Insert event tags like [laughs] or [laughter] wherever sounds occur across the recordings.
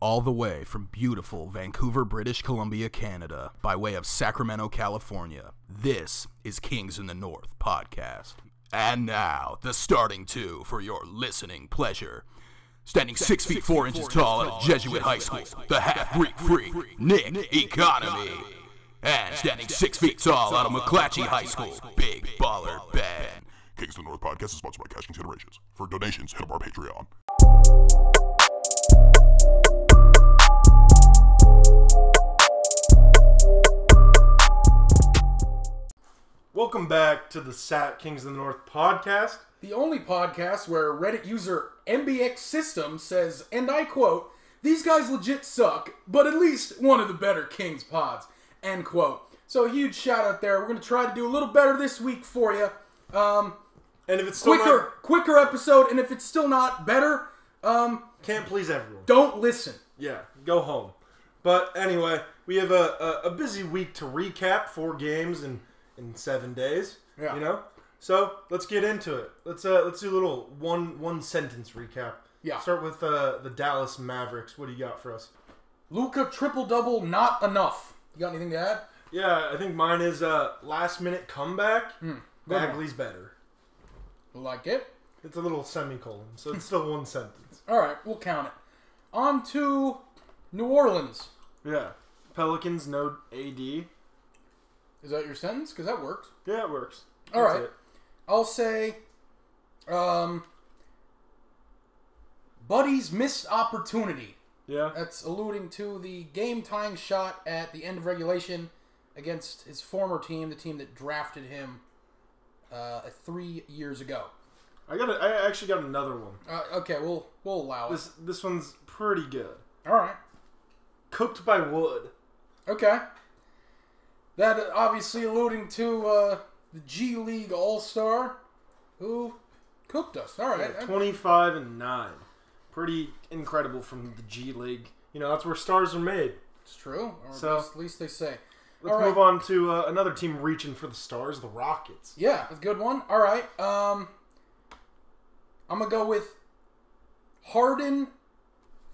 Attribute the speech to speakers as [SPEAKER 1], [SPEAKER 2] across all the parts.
[SPEAKER 1] all the way from beautiful Vancouver, British Columbia, Canada, by way of Sacramento, California. This is Kings in the North podcast. And now, the starting two for your listening pleasure. Standing six feet four inches tall at a Jesuit high school, the half Greek freak, Nick Economy. And standing six feet tall out of McClatchy High School, Big Baller Ben.
[SPEAKER 2] Kings of the North podcast is sponsored by Cash Considerations. For donations, hit up our Patreon.
[SPEAKER 3] Welcome back to the Sat Kings of the North podcast.
[SPEAKER 4] the only podcast where Reddit user MBX System says, and I quote, these guys legit suck, but at least one of the better Kings pods, end quote. So a huge shout out there. We're going to try to do a little better this week for you. Um,
[SPEAKER 3] And if it's still
[SPEAKER 4] quicker,
[SPEAKER 3] not-
[SPEAKER 4] quicker episode, and if it's still not better, um,
[SPEAKER 3] can't please everyone.
[SPEAKER 4] don't listen.
[SPEAKER 3] Yeah, go home. But anyway, we have a, a, a busy week to recap four games in, in seven days.
[SPEAKER 4] Yeah.
[SPEAKER 3] You know? So let's get into it. Let's uh let's do a little one one sentence recap.
[SPEAKER 4] Yeah.
[SPEAKER 3] Start with uh the Dallas Mavericks. What do you got for us?
[SPEAKER 4] Luca triple double, not enough. You got anything to add?
[SPEAKER 3] Yeah, I think mine is uh last minute comeback.
[SPEAKER 4] one.
[SPEAKER 3] Bagley's better.
[SPEAKER 4] Like it?
[SPEAKER 3] It's a little semicolon, so it's still one sentence.
[SPEAKER 4] All right, we'll count it. On to New Orleans.
[SPEAKER 3] Yeah. Pelicans no AD.
[SPEAKER 4] Is that your sentence? Because that works.
[SPEAKER 3] Yeah, it works.
[SPEAKER 4] All
[SPEAKER 3] That's
[SPEAKER 4] right.
[SPEAKER 3] it.
[SPEAKER 4] I'll say, um, Buddy's missed opportunity.
[SPEAKER 3] Yeah.
[SPEAKER 4] That's alluding to the game tying shot at the end of regulation against his former team, the team that drafted him uh, three years ago.
[SPEAKER 3] I got. A, I actually got another one.
[SPEAKER 4] Uh, okay, we'll we'll allow it.
[SPEAKER 3] This this one's pretty good.
[SPEAKER 4] All right.
[SPEAKER 3] Cooked by wood.
[SPEAKER 4] Okay. That obviously alluding to uh, the G League All Star, who cooked us. All right.
[SPEAKER 3] Twenty five and nine. Pretty incredible from the G League. You know that's where stars are made.
[SPEAKER 4] It's true. Or
[SPEAKER 3] So-
[SPEAKER 4] at least they say.
[SPEAKER 3] Let's
[SPEAKER 4] All right.
[SPEAKER 3] move on to uh, another team reaching for the stars, the Rockets.
[SPEAKER 4] Yeah, a good one. All right. Um, I'm gonna go with Harden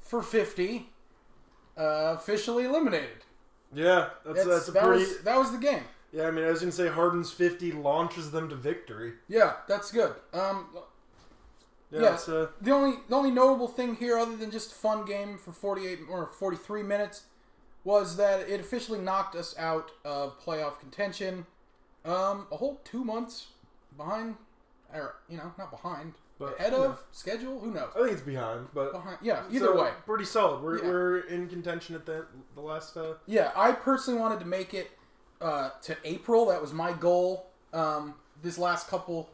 [SPEAKER 4] for 50. Uh, officially eliminated.
[SPEAKER 3] Yeah, that's uh, that's, a
[SPEAKER 4] that
[SPEAKER 3] pretty.
[SPEAKER 4] was that was the game.
[SPEAKER 3] Yeah, I mean I was gonna say Harden's fifty launches them to victory.
[SPEAKER 4] Yeah, that's good. Um,
[SPEAKER 3] Yeah,
[SPEAKER 4] Yeah.
[SPEAKER 3] It's, uh,
[SPEAKER 4] the only the only notable thing here, other than just a fun game for 48 or 43 minutes, was that it officially knocked us out of playoff contention. Um, a whole two months behind, or you know, not behind,
[SPEAKER 3] But,
[SPEAKER 4] ahead
[SPEAKER 3] you
[SPEAKER 4] of
[SPEAKER 3] know.
[SPEAKER 4] schedule. Who knows?
[SPEAKER 3] I think it's behind, but
[SPEAKER 4] Behind, yeah. Either
[SPEAKER 3] so,
[SPEAKER 4] way,
[SPEAKER 3] pretty solid. We're,
[SPEAKER 4] Yeah.
[SPEAKER 3] we're in contention at the the last. Uh,
[SPEAKER 4] Yeah, I personally wanted to make it uh, to April. That was my goal. Um, this last couple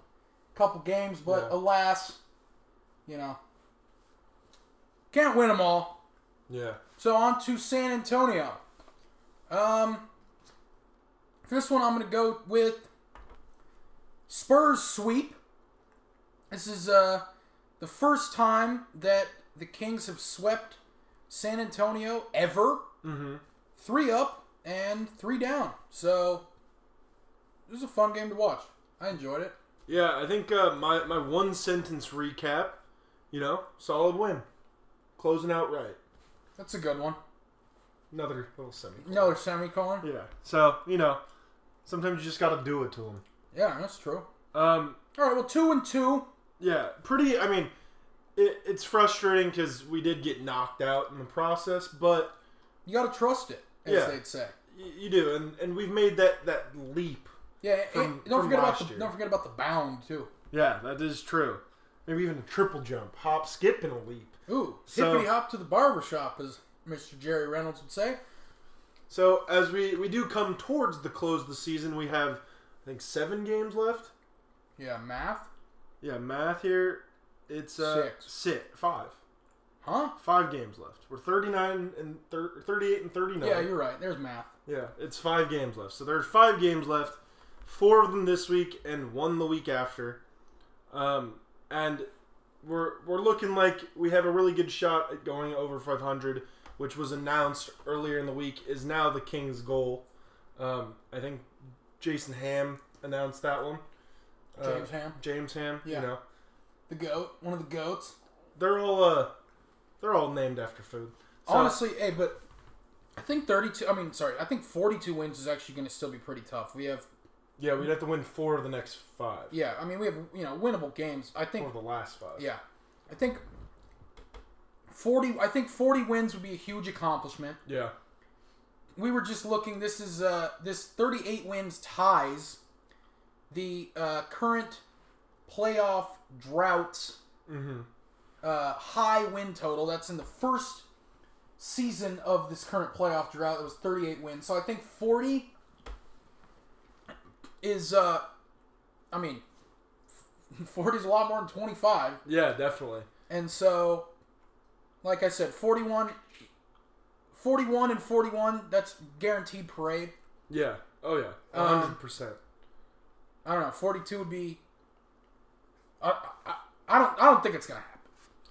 [SPEAKER 4] couple games, but
[SPEAKER 3] Yeah.
[SPEAKER 4] alas, you know, can't win them all.
[SPEAKER 3] yeah.
[SPEAKER 4] So on to San Antonio. Um, for this one, I'm going to go with Spurs sweep. This is uh, the first time that the Kings have swept San Antonio ever. Mm-hmm. Three up and three down. So this is a fun game to watch. I enjoyed it.
[SPEAKER 3] Yeah, I think uh, my my one sentence recap, you know, solid win, closing out right.
[SPEAKER 4] That's a good one.
[SPEAKER 3] Another little semi.
[SPEAKER 4] Another semicolon.
[SPEAKER 3] Yeah. So you know, sometimes you just gotta do it to them.
[SPEAKER 4] Yeah, that's true.
[SPEAKER 3] Um.
[SPEAKER 4] All right, well, two and two.
[SPEAKER 3] Yeah. Pretty. I mean, it, it's frustrating because we did get knocked out in the process, but
[SPEAKER 4] You got to trust it, as
[SPEAKER 3] Yeah.
[SPEAKER 4] they'd say.
[SPEAKER 3] y- you do, and and we've made that that leap.
[SPEAKER 4] Yeah, and-
[SPEAKER 3] From-
[SPEAKER 4] and don't
[SPEAKER 3] from
[SPEAKER 4] forget about
[SPEAKER 3] last
[SPEAKER 4] the
[SPEAKER 3] year.
[SPEAKER 4] don't forget about the bound too.
[SPEAKER 3] Yeah, that is true. Maybe even a triple jump, hop, skip, and a leap.
[SPEAKER 4] Ooh,
[SPEAKER 3] So-
[SPEAKER 4] hippity hop to the barber shop, as Mr. Jerry Reynolds would say.
[SPEAKER 3] So as we we do come towards the close of the season, we have I think seven games left.
[SPEAKER 4] Yeah, math,
[SPEAKER 3] Yeah, math here. It's uh,
[SPEAKER 4] Six.
[SPEAKER 3] si- five.
[SPEAKER 4] huh?
[SPEAKER 3] Five games left. We're 39 and thir- 38 and 39.
[SPEAKER 4] Yeah, you're right. There's math.
[SPEAKER 3] Yeah, it's five games left. So there's five games left. Four of them this week and one the week after. Um, and we're we're looking like we have a really good shot at going over 500, which was announced earlier in the week is now the Kings' goal. Um, I think Jason Ham announced that one. Uh,
[SPEAKER 4] James Ham,
[SPEAKER 3] James Ham.
[SPEAKER 4] Yeah.
[SPEAKER 3] You know.
[SPEAKER 4] the goat, one of the goats.
[SPEAKER 3] They're all uh, they're all named after food.
[SPEAKER 4] Honestly, hey, but I think 32. I mean, sorry, I think 42 wins is actually going to still be pretty tough. We have,
[SPEAKER 3] Yeah, we'd have to win four of the next five.
[SPEAKER 4] yeah, I mean, we have you know winnable games. I
[SPEAKER 3] Four
[SPEAKER 4] think,
[SPEAKER 3] of the last five.
[SPEAKER 4] yeah, I think 40. I think 40 wins would be a huge accomplishment.
[SPEAKER 3] Yeah.
[SPEAKER 4] we were just looking. This is uh, this 38 wins ties the uh, current playoff drought
[SPEAKER 3] Mhm.
[SPEAKER 4] uh, high win total. That's in the first season of this current playoff drought. It was 38 wins. So I think 40 is uh, I mean, [laughs] 40 is a lot more than 25.
[SPEAKER 3] Yeah, definitely.
[SPEAKER 4] And so, like I said, 41, 41 and 41, that's guaranteed parade.
[SPEAKER 3] Yeah. Oh yeah. A
[SPEAKER 4] Um,
[SPEAKER 3] hundred percent.
[SPEAKER 4] I don't know, 42 would be. I, I, I don't I don't think it's going to happen.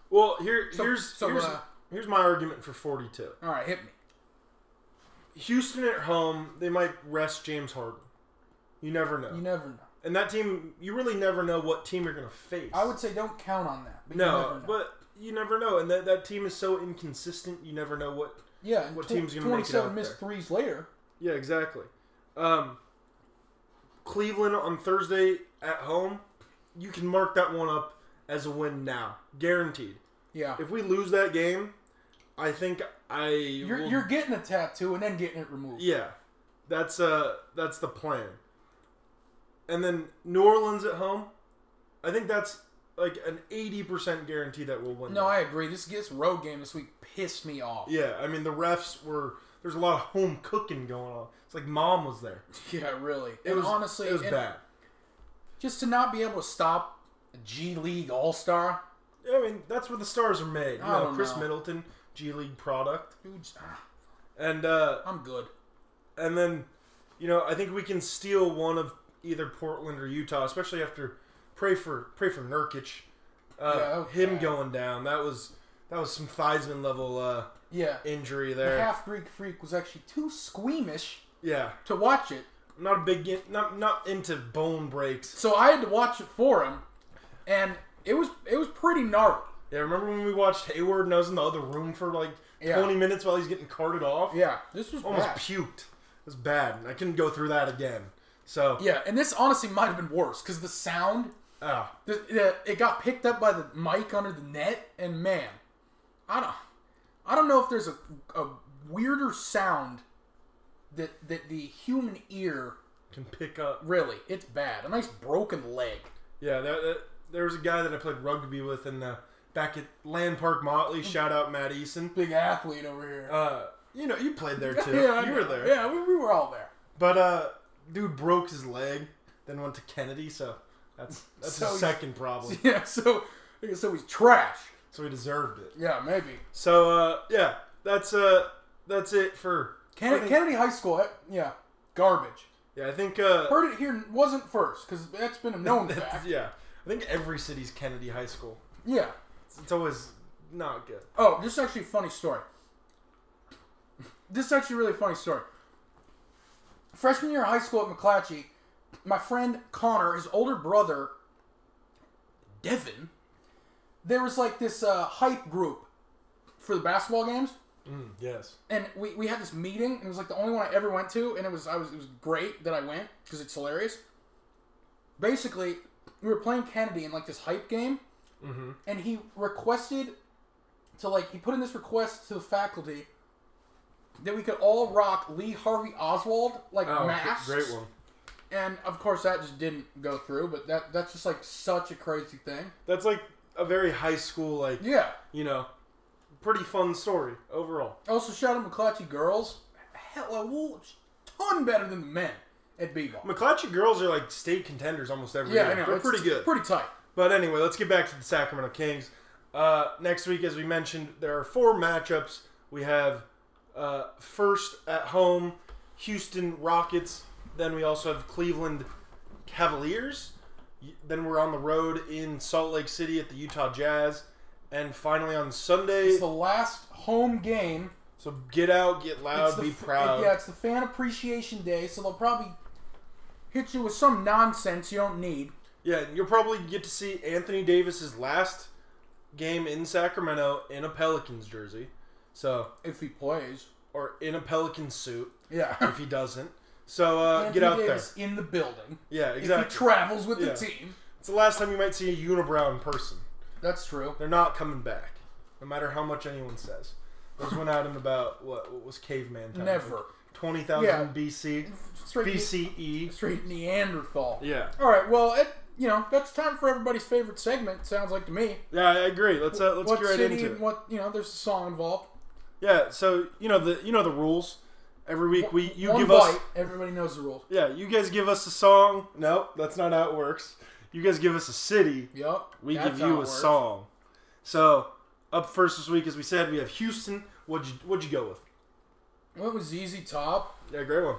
[SPEAKER 3] Well, here
[SPEAKER 4] So-
[SPEAKER 3] here's
[SPEAKER 4] so,
[SPEAKER 3] here's,
[SPEAKER 4] uh,
[SPEAKER 3] here's my argument for 42.
[SPEAKER 4] All right, hit me.
[SPEAKER 3] Houston at home, they might rest James Harden. You never know.
[SPEAKER 4] You never know.
[SPEAKER 3] and that team, you really never know what team you're going to face.
[SPEAKER 4] I would say don't count on that. But you never
[SPEAKER 3] no,
[SPEAKER 4] know.
[SPEAKER 3] but you never know. And that, that team is so inconsistent. You never know what.
[SPEAKER 4] yeah, and
[SPEAKER 3] what
[SPEAKER 4] tw-
[SPEAKER 3] team's gonna make it
[SPEAKER 4] 27
[SPEAKER 3] out
[SPEAKER 4] missed
[SPEAKER 3] there?
[SPEAKER 4] threes later.
[SPEAKER 3] Yeah, exactly. Um, Cleveland on Thursday at home, you can mark that one up as a win now, guaranteed.
[SPEAKER 4] Yeah.
[SPEAKER 3] If we lose that game, I think I
[SPEAKER 4] You're,
[SPEAKER 3] will-
[SPEAKER 4] you're getting a tattoo and then getting it removed.
[SPEAKER 3] yeah. That's uh that's the plan. And then New Orleans at home, I think that's like an eighty percent guarantee that we'll win.
[SPEAKER 4] No,
[SPEAKER 3] that.
[SPEAKER 4] I agree. This gets road game this week pissed me off.
[SPEAKER 3] yeah. I mean the refs were there's a lot of home cooking going on. It's like mom was there.
[SPEAKER 4] [laughs] Yeah, really.
[SPEAKER 3] It
[SPEAKER 4] and
[SPEAKER 3] was
[SPEAKER 4] honestly,
[SPEAKER 3] it was
[SPEAKER 4] and
[SPEAKER 3] bad.
[SPEAKER 4] just to not be able to stop a G League All Star,
[SPEAKER 3] I mean, that's where the stars are made. You
[SPEAKER 4] I
[SPEAKER 3] know,
[SPEAKER 4] don't
[SPEAKER 3] Chris
[SPEAKER 4] know.
[SPEAKER 3] Middleton, G League product,
[SPEAKER 4] dudes,
[SPEAKER 3] and uh,
[SPEAKER 4] I'm good.
[SPEAKER 3] and then, you know, I think we can steal one of either Portland or Utah, especially after pray for pray for Nurkic,
[SPEAKER 4] Yeah,
[SPEAKER 3] uh,
[SPEAKER 4] that was
[SPEAKER 3] him
[SPEAKER 4] bad.
[SPEAKER 3] going down. That was that was some Theismann level uh,
[SPEAKER 4] Yeah.
[SPEAKER 3] injury
[SPEAKER 4] The
[SPEAKER 3] there.
[SPEAKER 4] half Greek freak was actually too squeamish
[SPEAKER 3] Yeah,
[SPEAKER 4] to watch it,
[SPEAKER 3] I'm not a big in- not not into bone breaks.
[SPEAKER 4] so I had to watch it for him, and it was it was pretty gnarly.
[SPEAKER 3] Yeah, remember when we watched Hayward and I was in the other room for like
[SPEAKER 4] Yeah.
[SPEAKER 3] 20 minutes while he's getting carted off?
[SPEAKER 4] Yeah, this was
[SPEAKER 3] almost
[SPEAKER 4] bad.
[SPEAKER 3] puked. It was bad. and I couldn't go through that again. So
[SPEAKER 4] yeah, and this honestly might have been worse because the sound,
[SPEAKER 3] ah.
[SPEAKER 4] the, the, it got picked up by the mic under the net, and man, I don't, I don't know if there's a, a weirder sound that that the human ear
[SPEAKER 3] can pick up.
[SPEAKER 4] really. It's bad. A nice broken leg.
[SPEAKER 3] Yeah, that, that, there was a guy that I played rugby with in the, back at Land Park
[SPEAKER 4] Mm.
[SPEAKER 3] Motley. Shout out Matt Eason.
[SPEAKER 4] Big athlete over here.
[SPEAKER 3] Uh, you know, you played
[SPEAKER 4] [laughs]
[SPEAKER 3] there too.
[SPEAKER 4] yeah, I
[SPEAKER 3] you were
[SPEAKER 4] know.
[SPEAKER 3] there.
[SPEAKER 4] Yeah, we, we were all there. [laughs]
[SPEAKER 3] But uh, dude broke his leg, then went to Kennedy. So that's that's
[SPEAKER 4] So
[SPEAKER 3] his
[SPEAKER 4] he's-
[SPEAKER 3] second
[SPEAKER 4] [laughs]
[SPEAKER 3] problem.
[SPEAKER 4] Yeah, so so he's trash.
[SPEAKER 3] So he deserved it.
[SPEAKER 4] Yeah, maybe.
[SPEAKER 3] So uh, yeah, that's uh, that's it for I
[SPEAKER 4] Kennedy,
[SPEAKER 3] think-
[SPEAKER 4] Kennedy High School, eh, yeah, garbage.
[SPEAKER 3] Yeah, I think uh,
[SPEAKER 4] Heard it here wasn't first because that's been
[SPEAKER 3] [laughs]
[SPEAKER 4] a known fact.
[SPEAKER 3] yeah, I think every city's Kennedy High School.
[SPEAKER 4] Yeah.
[SPEAKER 3] It's always not good.
[SPEAKER 4] Oh, this is actually a funny story. [laughs] This is actually a really funny story. Freshman year of high school at McClatchy, my friend Connor, his older brother, Devin, there was like this uh, hype group for the basketball games.
[SPEAKER 3] Yes.
[SPEAKER 4] and we, we had this meeting and it was like the only one I ever went to and it was I was it was great that I went because it's hilarious. Basically, we were playing Kennedy in like this hype game,
[SPEAKER 3] Mm-hmm.
[SPEAKER 4] and he requested to like he put in this request to the faculty that we could all rock Lee Harvey Oswald like
[SPEAKER 3] Oh,
[SPEAKER 4] masks,
[SPEAKER 3] great one.
[SPEAKER 4] and of course that just didn't go through. But that that's just like such a crazy thing.
[SPEAKER 3] That's like a very high school, like
[SPEAKER 4] Yeah.
[SPEAKER 3] you know, pretty fun story overall.
[SPEAKER 4] Also, shout out McClatchy girls, hella well, ton better than the men at b-ball.
[SPEAKER 3] McClatchy girls are like state contenders almost every
[SPEAKER 4] Yeah,
[SPEAKER 3] year.
[SPEAKER 4] I know.
[SPEAKER 3] They're
[SPEAKER 4] It's
[SPEAKER 3] pretty good.
[SPEAKER 4] Pretty tight.
[SPEAKER 3] But anyway, let's get back to the Sacramento Kings. Uh, next week, as we mentioned, there are four matchups. We have uh, first at home, Houston Rockets. Then we also have Cleveland Cavaliers. Y- Then we're on the road in Salt Lake City at the Utah Jazz. And finally on Sunday,
[SPEAKER 4] It's the last home game.
[SPEAKER 3] so get out, get
[SPEAKER 4] It's
[SPEAKER 3] loud,
[SPEAKER 4] the
[SPEAKER 3] be
[SPEAKER 4] f-
[SPEAKER 3] proud.
[SPEAKER 4] Yeah, it's the fan appreciation day, so they'll probably hit you with some nonsense you don't need.
[SPEAKER 3] Yeah, and you'll probably get to see Anthony Davis's last game in Sacramento in a Pelicans jersey. So,
[SPEAKER 4] if he plays.
[SPEAKER 3] or in a Pelican suit
[SPEAKER 4] Yeah.
[SPEAKER 3] if he doesn't. So uh,
[SPEAKER 4] Anthony
[SPEAKER 3] get out there.
[SPEAKER 4] Davis in the building.
[SPEAKER 3] Yeah,
[SPEAKER 4] If
[SPEAKER 3] exactly.
[SPEAKER 4] he travels with
[SPEAKER 3] Yeah.
[SPEAKER 4] the team,
[SPEAKER 3] it's the last time you might see a unibrow in person.
[SPEAKER 4] that's true.
[SPEAKER 3] They're not coming back, no matter how much anyone says. Those went at him about what, what was caveman time?
[SPEAKER 4] Never.
[SPEAKER 3] Twenty thousand
[SPEAKER 4] Yeah.
[SPEAKER 3] BC,
[SPEAKER 4] Straight, E.
[SPEAKER 3] BCE.
[SPEAKER 4] straight Neanderthal.
[SPEAKER 3] Yeah,
[SPEAKER 4] All right. Well, it, you know that's time for everybody's favorite segment. Sounds like to me.
[SPEAKER 3] yeah, I agree. Let's uh, let's
[SPEAKER 4] what
[SPEAKER 3] get right
[SPEAKER 4] city
[SPEAKER 3] into it.
[SPEAKER 4] and what you know? There's a song involved.
[SPEAKER 3] Yeah, so you know the you know the rules. Every week we you
[SPEAKER 4] One
[SPEAKER 3] give
[SPEAKER 4] bite,
[SPEAKER 3] us
[SPEAKER 4] Everybody knows the rules.
[SPEAKER 3] yeah you guys give us a song. No, that's not how it works. You guys give us a city.
[SPEAKER 4] Yup.
[SPEAKER 3] We
[SPEAKER 4] that's
[SPEAKER 3] give
[SPEAKER 4] how
[SPEAKER 3] you
[SPEAKER 4] it
[SPEAKER 3] a
[SPEAKER 4] works.
[SPEAKER 3] song. So up first this week, as we said, we have Houston. What'd you What'd you go with?
[SPEAKER 4] What was ZZ Top?
[SPEAKER 3] Yeah, great one.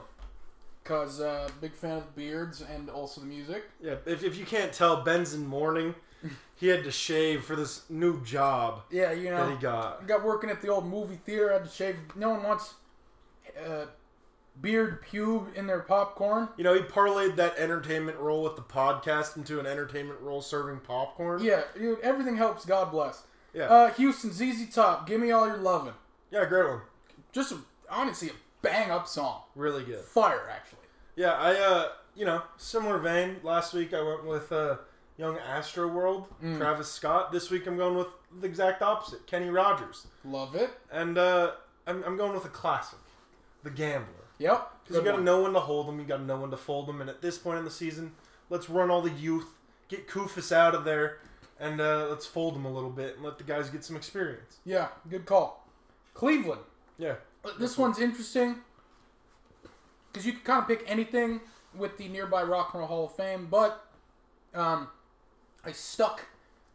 [SPEAKER 4] Cause uh, big fan of the beards and also the music.
[SPEAKER 3] Yeah, if, if you can't tell, Ben's in
[SPEAKER 4] [laughs]
[SPEAKER 3] mourning. He had to shave for this new job
[SPEAKER 4] Yeah, you
[SPEAKER 3] that he
[SPEAKER 4] know.
[SPEAKER 3] got.
[SPEAKER 4] I got working at the old movie theater. I had to shave. No one wants uh, beard pube in their popcorn.
[SPEAKER 3] You know, he parlayed that entertainment role with the podcast into an entertainment role serving popcorn.
[SPEAKER 4] Yeah, dude, everything helps. God bless.
[SPEAKER 3] yeah,
[SPEAKER 4] Uh, Houston, ZZ Top, give me all your lovin'.
[SPEAKER 3] yeah, great one.
[SPEAKER 4] Just a, honestly a bang up song.
[SPEAKER 3] Really good.
[SPEAKER 4] Fire, actually.
[SPEAKER 3] Yeah, I uh, you know, similar vein. Last week I went with uh, young Astro World, Travis Scott. This week I'm going with the exact opposite, Kenny Rogers,
[SPEAKER 4] Love it.
[SPEAKER 3] and uh, I'm, I'm going with a classic, The Gambler.
[SPEAKER 4] Yep.
[SPEAKER 3] Because you
[SPEAKER 4] good
[SPEAKER 3] got to
[SPEAKER 4] one.
[SPEAKER 3] know when to hold them, you got to know when to fold them, and at this point in the season, let's run all the youth, get Kufus out of there, and uh, let's fold them a little bit and let the guys get some experience.
[SPEAKER 4] Yeah, good call. Cleveland.
[SPEAKER 3] Yeah,
[SPEAKER 4] This one's interesting because you can kind of pick anything with the nearby Rock and Roll Hall of Fame, but um, I stuck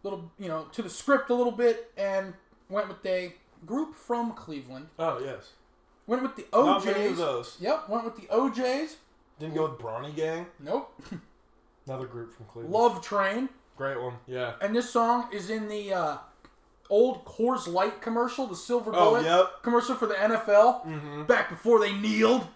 [SPEAKER 4] little, you know, to the script a little bit and went with a group from Cleveland.
[SPEAKER 3] Oh yes.
[SPEAKER 4] Went with the
[SPEAKER 3] Not many of
[SPEAKER 4] OJ's.
[SPEAKER 3] those.
[SPEAKER 4] Yep, went with the OJ's.
[SPEAKER 3] Didn't go with Brawny Gang.
[SPEAKER 4] Nope.
[SPEAKER 3] Another group from Cleveland.
[SPEAKER 4] Love Train.
[SPEAKER 3] Great one. Yeah.
[SPEAKER 4] And this song is in the uh, old Coors Light commercial, the Silver
[SPEAKER 3] Oh,
[SPEAKER 4] Bullet
[SPEAKER 3] yep. Mm-hmm.
[SPEAKER 4] commercial for the NFL, back before they kneeled. [laughs]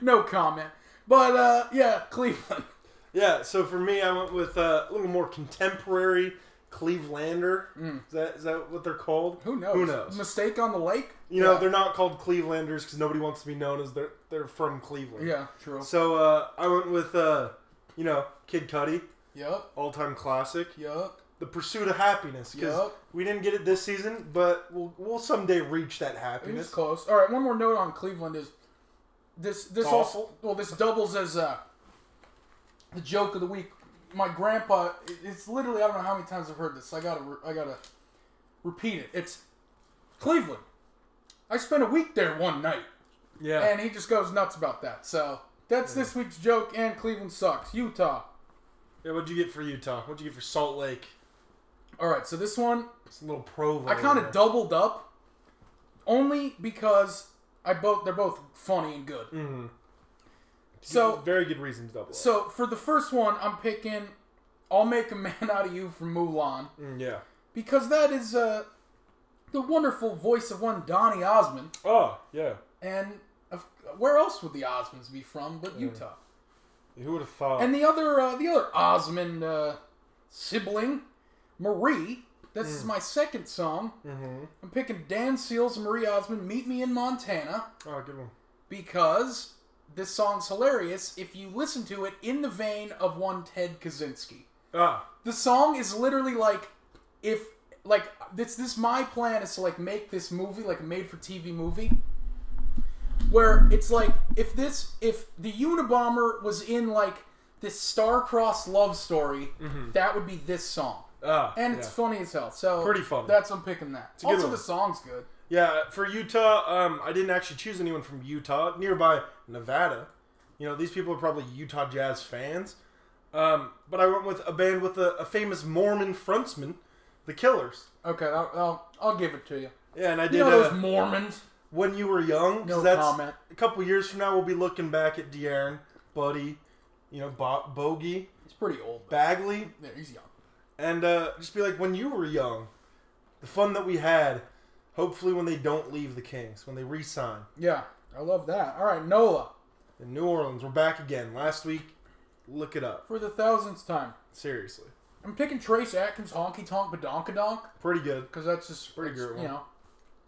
[SPEAKER 4] no comment. But uh, yeah, Cleveland. [laughs]
[SPEAKER 3] Yeah, so for me, I went with uh, a little more contemporary Clevelander. Is, that, is that what they're called?
[SPEAKER 4] Mm. Who knows?
[SPEAKER 3] Who knows?
[SPEAKER 4] Mistake on the lake.
[SPEAKER 3] you know,
[SPEAKER 4] yeah.
[SPEAKER 3] they're not called Clevelanders because nobody wants to be known as they're they're from Cleveland.
[SPEAKER 4] yeah, true.
[SPEAKER 3] So uh, I went with uh, you know Kid Cudi,
[SPEAKER 4] Yup,
[SPEAKER 3] all time classic,
[SPEAKER 4] yup.
[SPEAKER 3] The Pursuit of Happiness. Because
[SPEAKER 4] Yup.
[SPEAKER 3] we didn't get it this season, but we'll we'll someday reach that
[SPEAKER 4] It was
[SPEAKER 3] happiness.
[SPEAKER 4] close. All right, one more note on Cleveland is this. This
[SPEAKER 3] It's
[SPEAKER 4] also
[SPEAKER 3] awful.
[SPEAKER 4] well, this doubles as uh, the joke of the week. My grandpa. it- It's literally I don't know how many times I've heard this. I gotta. re- I gotta repeat it. It's Cleveland. I spent a week there one night,
[SPEAKER 3] Yeah,
[SPEAKER 4] and he just goes nuts about that. So that's this week's joke. And Cleveland sucks. Utah.
[SPEAKER 3] yeah. What'd you get for Utah? What'd you get for Salt Lake?
[SPEAKER 4] All right, so this one
[SPEAKER 3] It's a little Provo.
[SPEAKER 4] I kind
[SPEAKER 3] there.
[SPEAKER 4] of doubled up, only because I both they're both funny and good. So
[SPEAKER 3] very good reason to double. up.
[SPEAKER 4] so for the first one, I'm picking "I'll Make a [laughs] Man Out of You" from Mulan
[SPEAKER 3] Mm, yeah.
[SPEAKER 4] because that is uh, the wonderful voice of one Donny Osmond,
[SPEAKER 3] Oh yeah.
[SPEAKER 4] and of, where else would the Osmonds be from but Utah?
[SPEAKER 3] Who would have thought?
[SPEAKER 4] And the other uh, the other Osmond uh, sibling, Marie. This is my second song. Mm-hmm. I'm picking Dan Seals and Marie Osmond. Meet me in Montana.
[SPEAKER 3] oh, good one.
[SPEAKER 4] because this song's hilarious if you listen to it in the vein of one Ted Kaczynski.
[SPEAKER 3] Ah,
[SPEAKER 4] The song is literally like if like this this my plan is to like make this movie like a made for TV movie where it's like if this if the Unabomber was in like this star-crossed love story that would be this
[SPEAKER 3] Mm-hmm.
[SPEAKER 4] song.
[SPEAKER 3] ah.
[SPEAKER 4] And it's
[SPEAKER 3] yeah.
[SPEAKER 4] funny as hell. So
[SPEAKER 3] Pretty funny.
[SPEAKER 4] That's I'm picking that.
[SPEAKER 3] a good
[SPEAKER 4] also
[SPEAKER 3] one.
[SPEAKER 4] the song's good.
[SPEAKER 3] Yeah, for Utah, um, I didn't actually choose anyone from Utah. Nearby Nevada, you know, these people are probably Utah Jazz fans. Um, but I went with a band with a, a famous Mormon frontsman, The Killers.
[SPEAKER 4] Okay, I'll, I'll, I'll give it to you.
[SPEAKER 3] Yeah, and I did
[SPEAKER 4] You know
[SPEAKER 3] uh,
[SPEAKER 4] those Mormons?
[SPEAKER 3] when you were young. 'cause
[SPEAKER 4] No
[SPEAKER 3] that's,
[SPEAKER 4] comment.
[SPEAKER 3] A couple years from now, we'll be looking back at De'Aaron, Buddy, you know, Bo- Bogey,
[SPEAKER 4] He's pretty old. but
[SPEAKER 3] Bagley,
[SPEAKER 4] Yeah, he's young.
[SPEAKER 3] and uh, just be like, when you were young, the fun that we had. Hopefully, when they don't leave the Kings, when they re-sign.
[SPEAKER 4] Yeah, I love that. All right, Nola
[SPEAKER 3] In New Orleans, we're back again. Last week, look it up.
[SPEAKER 4] for the thousandth time.
[SPEAKER 3] Seriously.
[SPEAKER 4] I'm picking Trace Atkins, Honky Tonk, Badonkadonk,
[SPEAKER 3] Pretty good.
[SPEAKER 4] because that's just
[SPEAKER 3] Pretty
[SPEAKER 4] it's,
[SPEAKER 3] great
[SPEAKER 4] You
[SPEAKER 3] one.
[SPEAKER 4] know,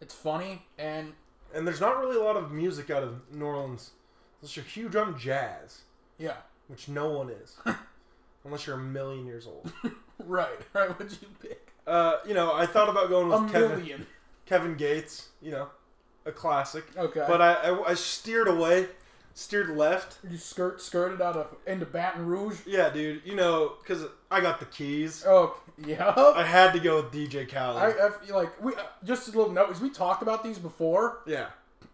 [SPEAKER 4] It's funny, and
[SPEAKER 3] And there's not really a lot of music out of New Orleans unless you're huge on jazz,
[SPEAKER 4] yeah, [laughs]
[SPEAKER 3] which no one is, unless you're a million years old.
[SPEAKER 4] right, right. What'd you pick?
[SPEAKER 3] Uh, you know, I thought about going
[SPEAKER 4] A
[SPEAKER 3] with Kevin
[SPEAKER 4] million.
[SPEAKER 3] Kevin Gates, you know, a classic.
[SPEAKER 4] Okay.
[SPEAKER 3] But I, I, I steered away, steered left.
[SPEAKER 4] You skirt skirted out of into Baton Rouge.
[SPEAKER 3] Yeah, dude, you know, because I got the keys.
[SPEAKER 4] Oh yeah.
[SPEAKER 3] I had to go with DJ
[SPEAKER 4] I,
[SPEAKER 3] Khaled.
[SPEAKER 4] I feel like we uh, just a little note is we talked about these before,
[SPEAKER 3] yeah.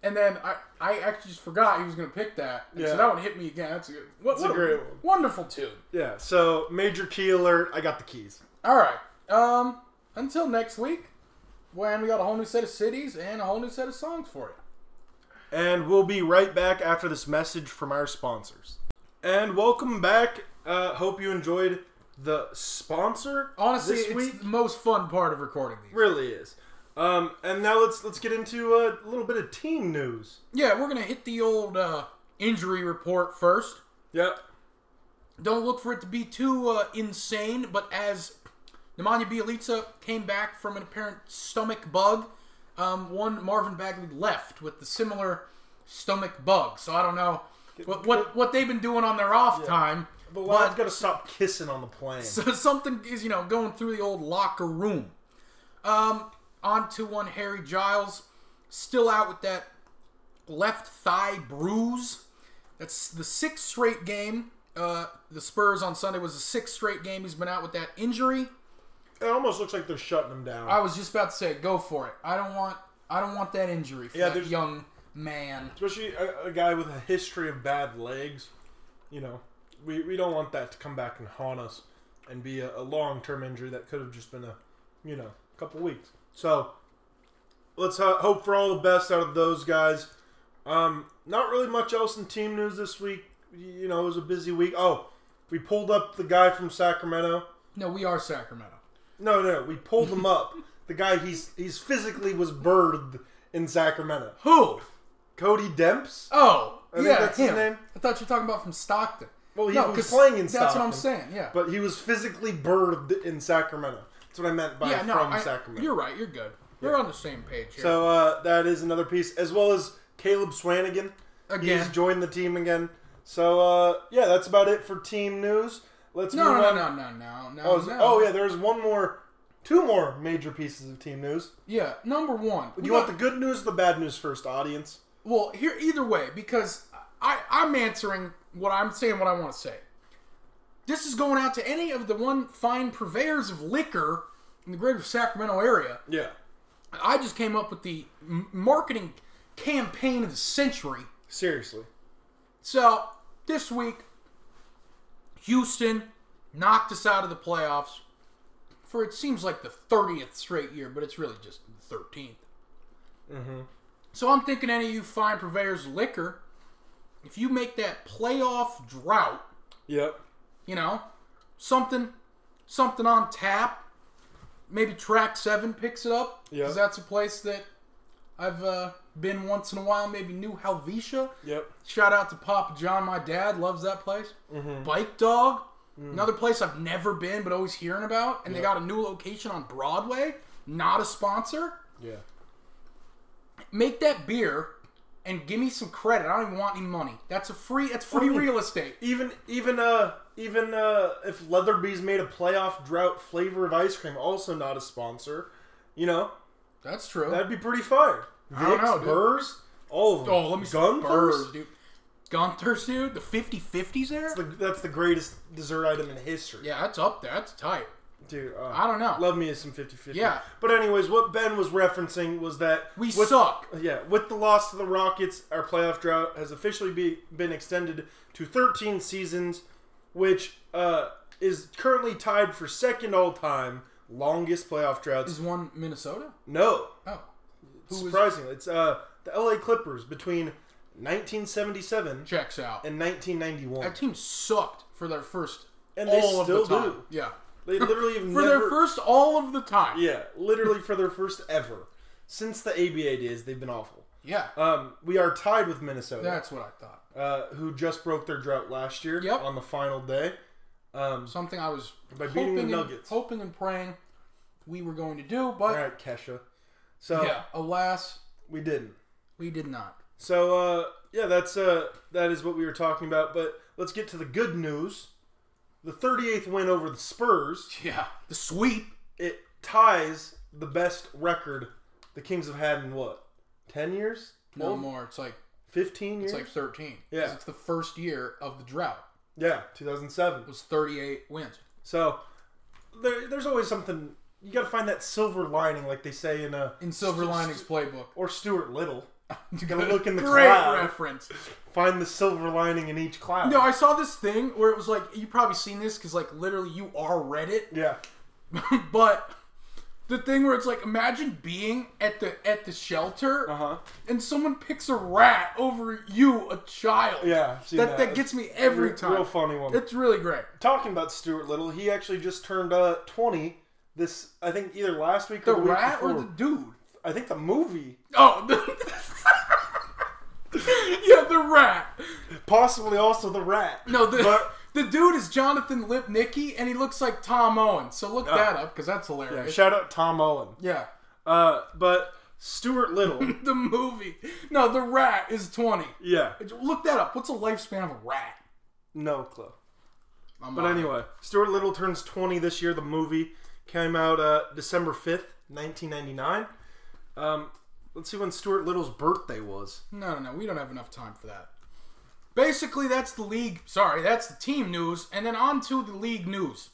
[SPEAKER 4] and then I I actually just forgot he was gonna pick that, and
[SPEAKER 3] Yeah.
[SPEAKER 4] so that one hit me again. That's a good, what,
[SPEAKER 3] a
[SPEAKER 4] what
[SPEAKER 3] great one.
[SPEAKER 4] wonderful tune.
[SPEAKER 3] Yeah, so major key alert, I got the keys.
[SPEAKER 4] All right, um, until next week, when we got a whole new set of cities and a whole new set of songs for you.
[SPEAKER 3] And we'll be right back after this message from our sponsors. And welcome back. Uh, hope you enjoyed the sponsor.
[SPEAKER 4] Honestly,
[SPEAKER 3] this
[SPEAKER 4] it's
[SPEAKER 3] week
[SPEAKER 4] the most fun part of recording these.
[SPEAKER 3] really is. Um, and now let's let's get into a little bit of team news.
[SPEAKER 4] Yeah, we're gonna hit the old uh, injury report first.
[SPEAKER 3] Yep.
[SPEAKER 4] Don't look for it to be too uh, insane, but as Nemanja Bjelica came back from an apparent stomach bug, um, one Marvin Bagley left with the similar stomach bug. So I don't know what what, what they've been doing on their off time,
[SPEAKER 3] But
[SPEAKER 4] but,
[SPEAKER 3] Lion's got to stop kissing on the plane.
[SPEAKER 4] so [laughs] something is you know going through the old locker room. Um, on to one Harry Giles, still out with that left thigh bruise. That's the sixth straight game. Uh, the Spurs on Sunday was the sixth straight game he's been out with that injury.
[SPEAKER 3] It almost looks like they're shutting him down.
[SPEAKER 4] I was just about to say, go for it. I don't want, I don't want that injury for
[SPEAKER 3] Yeah,
[SPEAKER 4] that
[SPEAKER 3] there's-
[SPEAKER 4] young man.
[SPEAKER 3] Especially a, a guy with a history of bad legs. You know, we, we don't want that to come back and haunt us and be a, a long term injury that could have just been a, you know, couple weeks. So let's ho- hope for all the best out of those guys. Um, not really much else in team news this week. Y- You know, it was a busy week. Oh, we pulled up the guy from Sacramento.
[SPEAKER 4] No, we are Sacramento.
[SPEAKER 3] No, no, we pulled him up. The guy he's he's physically was birthed in Sacramento.
[SPEAKER 4] Who?
[SPEAKER 3] Cody Demps.
[SPEAKER 4] Oh,
[SPEAKER 3] think
[SPEAKER 4] yeah,
[SPEAKER 3] that's his
[SPEAKER 4] him.
[SPEAKER 3] name.
[SPEAKER 4] I thought you were talking about from Stockton.
[SPEAKER 3] Well, he
[SPEAKER 4] No,
[SPEAKER 3] was
[SPEAKER 4] 'cause
[SPEAKER 3] playing in
[SPEAKER 4] that's what
[SPEAKER 3] Stockton,
[SPEAKER 4] I'm saying. Yeah,
[SPEAKER 3] But he was physically birthed in Sacramento. That's what I meant by
[SPEAKER 4] yeah, no,
[SPEAKER 3] from
[SPEAKER 4] I-
[SPEAKER 3] Sacramento.
[SPEAKER 4] You're right. You're good. We're on the same page here.
[SPEAKER 3] So uh, that is another piece, as well as Caleb Swanigan.
[SPEAKER 4] Again.
[SPEAKER 3] He's joined the team again. So uh, yeah, that's about it for team news. Let's
[SPEAKER 4] no,
[SPEAKER 3] move
[SPEAKER 4] no,
[SPEAKER 3] on.
[SPEAKER 4] no, no, no, no.
[SPEAKER 3] Oh, is-
[SPEAKER 4] no.
[SPEAKER 3] oh yeah, there's one more, two more major pieces of team news.
[SPEAKER 4] yeah. Number one.
[SPEAKER 3] Do you want the good news, or the bad news first, audience?
[SPEAKER 4] Well, here either way, because I, I'm answering what I'm saying, what I want to say. This is going out to any of the one fine purveyors of liquor in the greater Sacramento area.
[SPEAKER 3] Yeah.
[SPEAKER 4] I just came up with the m- marketing campaign of the century.
[SPEAKER 3] Seriously.
[SPEAKER 4] So this week, Houston knocked us out of the playoffs for it seems like the 30th straight year, but it's really just the 13th. Mm-hmm. So I'm thinking, any of you fine purveyors of liquor, if you make that playoff drought,
[SPEAKER 3] Yep.
[SPEAKER 4] you know, something, something on tap. Maybe track seven picks it up
[SPEAKER 3] Yeah.
[SPEAKER 4] that's a place that I've uh, been once in a while. Maybe New Helvetia.
[SPEAKER 3] Yep.
[SPEAKER 4] Shout out to Papa John, my dad loves that place.
[SPEAKER 3] Mm-hmm.
[SPEAKER 4] Bike Dog,
[SPEAKER 3] Mm.
[SPEAKER 4] another place I've never been but always hearing about, and they got a new location on Broadway. Not a sponsor.
[SPEAKER 3] Yeah.
[SPEAKER 4] Make that beer and give me some credit. I don't even want any money. That's a free. That's free
[SPEAKER 3] do you-
[SPEAKER 4] real estate.
[SPEAKER 3] Even even uh even uh if Leatherby's made a playoff drought flavor of ice cream, also not a sponsor, you know
[SPEAKER 4] That's true.
[SPEAKER 3] that'd be pretty fire.
[SPEAKER 4] don't know,
[SPEAKER 3] Vicks,
[SPEAKER 4] dude.
[SPEAKER 3] Burrs, all of them.
[SPEAKER 4] oh, let me
[SPEAKER 3] gun
[SPEAKER 4] Gunther's,
[SPEAKER 3] first?
[SPEAKER 4] dude. Gunther's, dude. The 50-50s there.
[SPEAKER 3] That's the, that's the greatest dessert item in history,
[SPEAKER 4] yeah, that's up there. That's tight.
[SPEAKER 3] dude. uh,
[SPEAKER 4] I don't know.
[SPEAKER 3] Love me as some 50-50.
[SPEAKER 4] Yeah.
[SPEAKER 3] But anyways, what Ben was referencing was that
[SPEAKER 4] We
[SPEAKER 3] with-
[SPEAKER 4] suck.
[SPEAKER 3] Yeah, with the loss to the Rockets, our playoff drought has officially be, been extended to 13 seasons, which uh, is currently tied for second all time longest playoff droughts.
[SPEAKER 4] Is one Minnesota?
[SPEAKER 3] No,
[SPEAKER 4] Oh, was-
[SPEAKER 3] surprisingly, it's uh, the LA Clippers between 1977
[SPEAKER 4] checks out.
[SPEAKER 3] and 1991.
[SPEAKER 4] That team sucked for their first
[SPEAKER 3] And they
[SPEAKER 4] all
[SPEAKER 3] still
[SPEAKER 4] of the time.
[SPEAKER 3] do.
[SPEAKER 4] Yeah.
[SPEAKER 3] They literally have
[SPEAKER 4] [laughs] For
[SPEAKER 3] never,
[SPEAKER 4] their first all of the time.
[SPEAKER 3] yeah, literally for their first ever since the ABA days, they've been awful.
[SPEAKER 4] Yeah.
[SPEAKER 3] Um, we are tied with Minnesota.
[SPEAKER 4] That's what I thought.
[SPEAKER 3] uh, who just broke their drought last year
[SPEAKER 4] Yep.
[SPEAKER 3] on the final day. Um,
[SPEAKER 4] Something I was
[SPEAKER 3] By beating
[SPEAKER 4] hoping,
[SPEAKER 3] the
[SPEAKER 4] and,
[SPEAKER 3] Nuggets.
[SPEAKER 4] hoping and praying we were going to do, but
[SPEAKER 3] all right, Kesha. So
[SPEAKER 4] yeah. Alas,
[SPEAKER 3] we didn't.
[SPEAKER 4] we did not.
[SPEAKER 3] So uh, yeah, that's uh, that is what we were talking about. But let's get to the good news. The 38th win over the Spurs
[SPEAKER 4] Yeah. The sweep.
[SPEAKER 3] it ties the best record the Kings have had in what 10 years,
[SPEAKER 4] No
[SPEAKER 3] 12,
[SPEAKER 4] more. It's like
[SPEAKER 3] 15 years.
[SPEAKER 4] it's like 13. 'Cause
[SPEAKER 3] Yeah.
[SPEAKER 4] It's the first year of the drought.
[SPEAKER 3] yeah, 2007.
[SPEAKER 4] It was 38 wins.
[SPEAKER 3] So there, there's always something you got to find that silver lining, like they say in a
[SPEAKER 4] In Silver Linings Playbook.
[SPEAKER 3] or Stuart Little. [laughs]
[SPEAKER 4] You
[SPEAKER 3] gotta look in the
[SPEAKER 4] Great
[SPEAKER 3] cloud.
[SPEAKER 4] reference.
[SPEAKER 3] Find the silver lining in each cloud.
[SPEAKER 4] No, I saw this thing where it was like you probably seen this because like literally you are Reddit,
[SPEAKER 3] yeah,
[SPEAKER 4] but the thing where it's like imagine being at the at the shelter
[SPEAKER 3] Uh-huh.
[SPEAKER 4] and someone picks a rat over you, a child.
[SPEAKER 3] yeah. I've seen
[SPEAKER 4] that that
[SPEAKER 3] It's
[SPEAKER 4] gets me
[SPEAKER 3] a
[SPEAKER 4] every
[SPEAKER 3] real-
[SPEAKER 4] time.
[SPEAKER 3] Real funny one.
[SPEAKER 4] It's really great.
[SPEAKER 3] Talking about Stuart Little, he actually just turned uh, 20. This I think either last week or
[SPEAKER 4] The
[SPEAKER 3] the week
[SPEAKER 4] rat or
[SPEAKER 3] before.
[SPEAKER 4] the dude?
[SPEAKER 3] I think the movie,
[SPEAKER 4] Oh, [laughs] yeah, the rat.
[SPEAKER 3] possibly also the rat.
[SPEAKER 4] No, the
[SPEAKER 3] But-
[SPEAKER 4] [laughs] the dude is Jonathan Lipnicki, and he looks like Tom Owen. So look that up because that's hilarious.
[SPEAKER 3] Ah. shout out Tom Owen.
[SPEAKER 4] yeah.
[SPEAKER 3] Uh, but Stuart Little,
[SPEAKER 4] [laughs] the movie. No, the rat is 20.
[SPEAKER 3] yeah,
[SPEAKER 4] Look that up. What's the lifespan of a rat?
[SPEAKER 3] no clue.
[SPEAKER 4] I'm
[SPEAKER 3] But
[SPEAKER 4] on.
[SPEAKER 3] anyway, Stuart Little turns 20 this year. The movie came out uh, December 5th, 1999. Um, let's see when Stuart Little's birthday was.
[SPEAKER 4] No, no, no. We don't have enough time for that. Basically, that's the league. Sorry, that's the team news. And then on to the league news.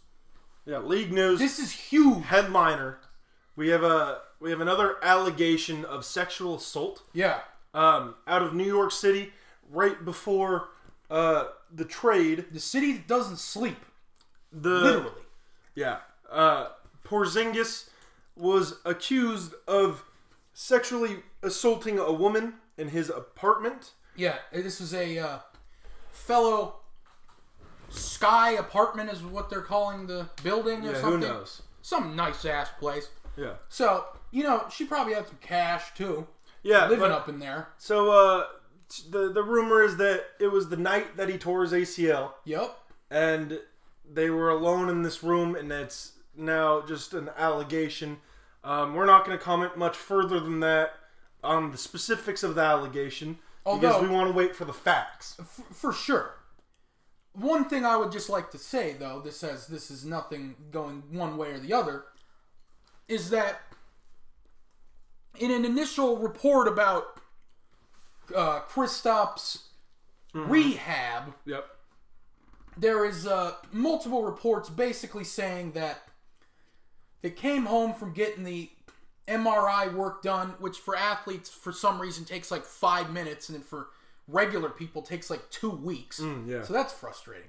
[SPEAKER 3] Yeah, league news
[SPEAKER 4] This is huge.
[SPEAKER 3] headliner. We have a we have another allegation of sexual assault
[SPEAKER 4] Yeah.
[SPEAKER 3] um, out of New York City right before uh, the trade.
[SPEAKER 4] The city that doesn't sleep.
[SPEAKER 3] The
[SPEAKER 4] Literally.
[SPEAKER 3] Yeah. Uh, Porzingis was accused of sexually assaulting a woman in his apartment.
[SPEAKER 4] Yeah. This is a uh, fellow sky apartment, is what they're calling the building or
[SPEAKER 3] Yeah,
[SPEAKER 4] something.
[SPEAKER 3] who knows?
[SPEAKER 4] Some nice ass place.
[SPEAKER 3] Yeah.
[SPEAKER 4] So, you know, she probably had some cash too.
[SPEAKER 3] Yeah.
[SPEAKER 4] Living
[SPEAKER 3] but-
[SPEAKER 4] up in there.
[SPEAKER 3] So uh, t- the the rumor is that it was the night that he tore his ACL,
[SPEAKER 4] Yep.
[SPEAKER 3] and they were alone in this room, and that's now just an allegation. Um, we're not going to comment much further than that on the specifics of the allegation because
[SPEAKER 4] Although-
[SPEAKER 3] we want to wait for the facts.
[SPEAKER 4] F- for sure. One thing I would just like to say, though, this says this is nothing going one way or the other, is that in an initial report about uh, Kristaps' rehab,
[SPEAKER 3] Yep.
[SPEAKER 4] there is uh, multiple reports basically saying that they came home from getting the MRI work done, which for athletes for some reason takes like five minutes, and then for regular people takes like two weeks.
[SPEAKER 3] yeah.
[SPEAKER 4] So that's frustrating.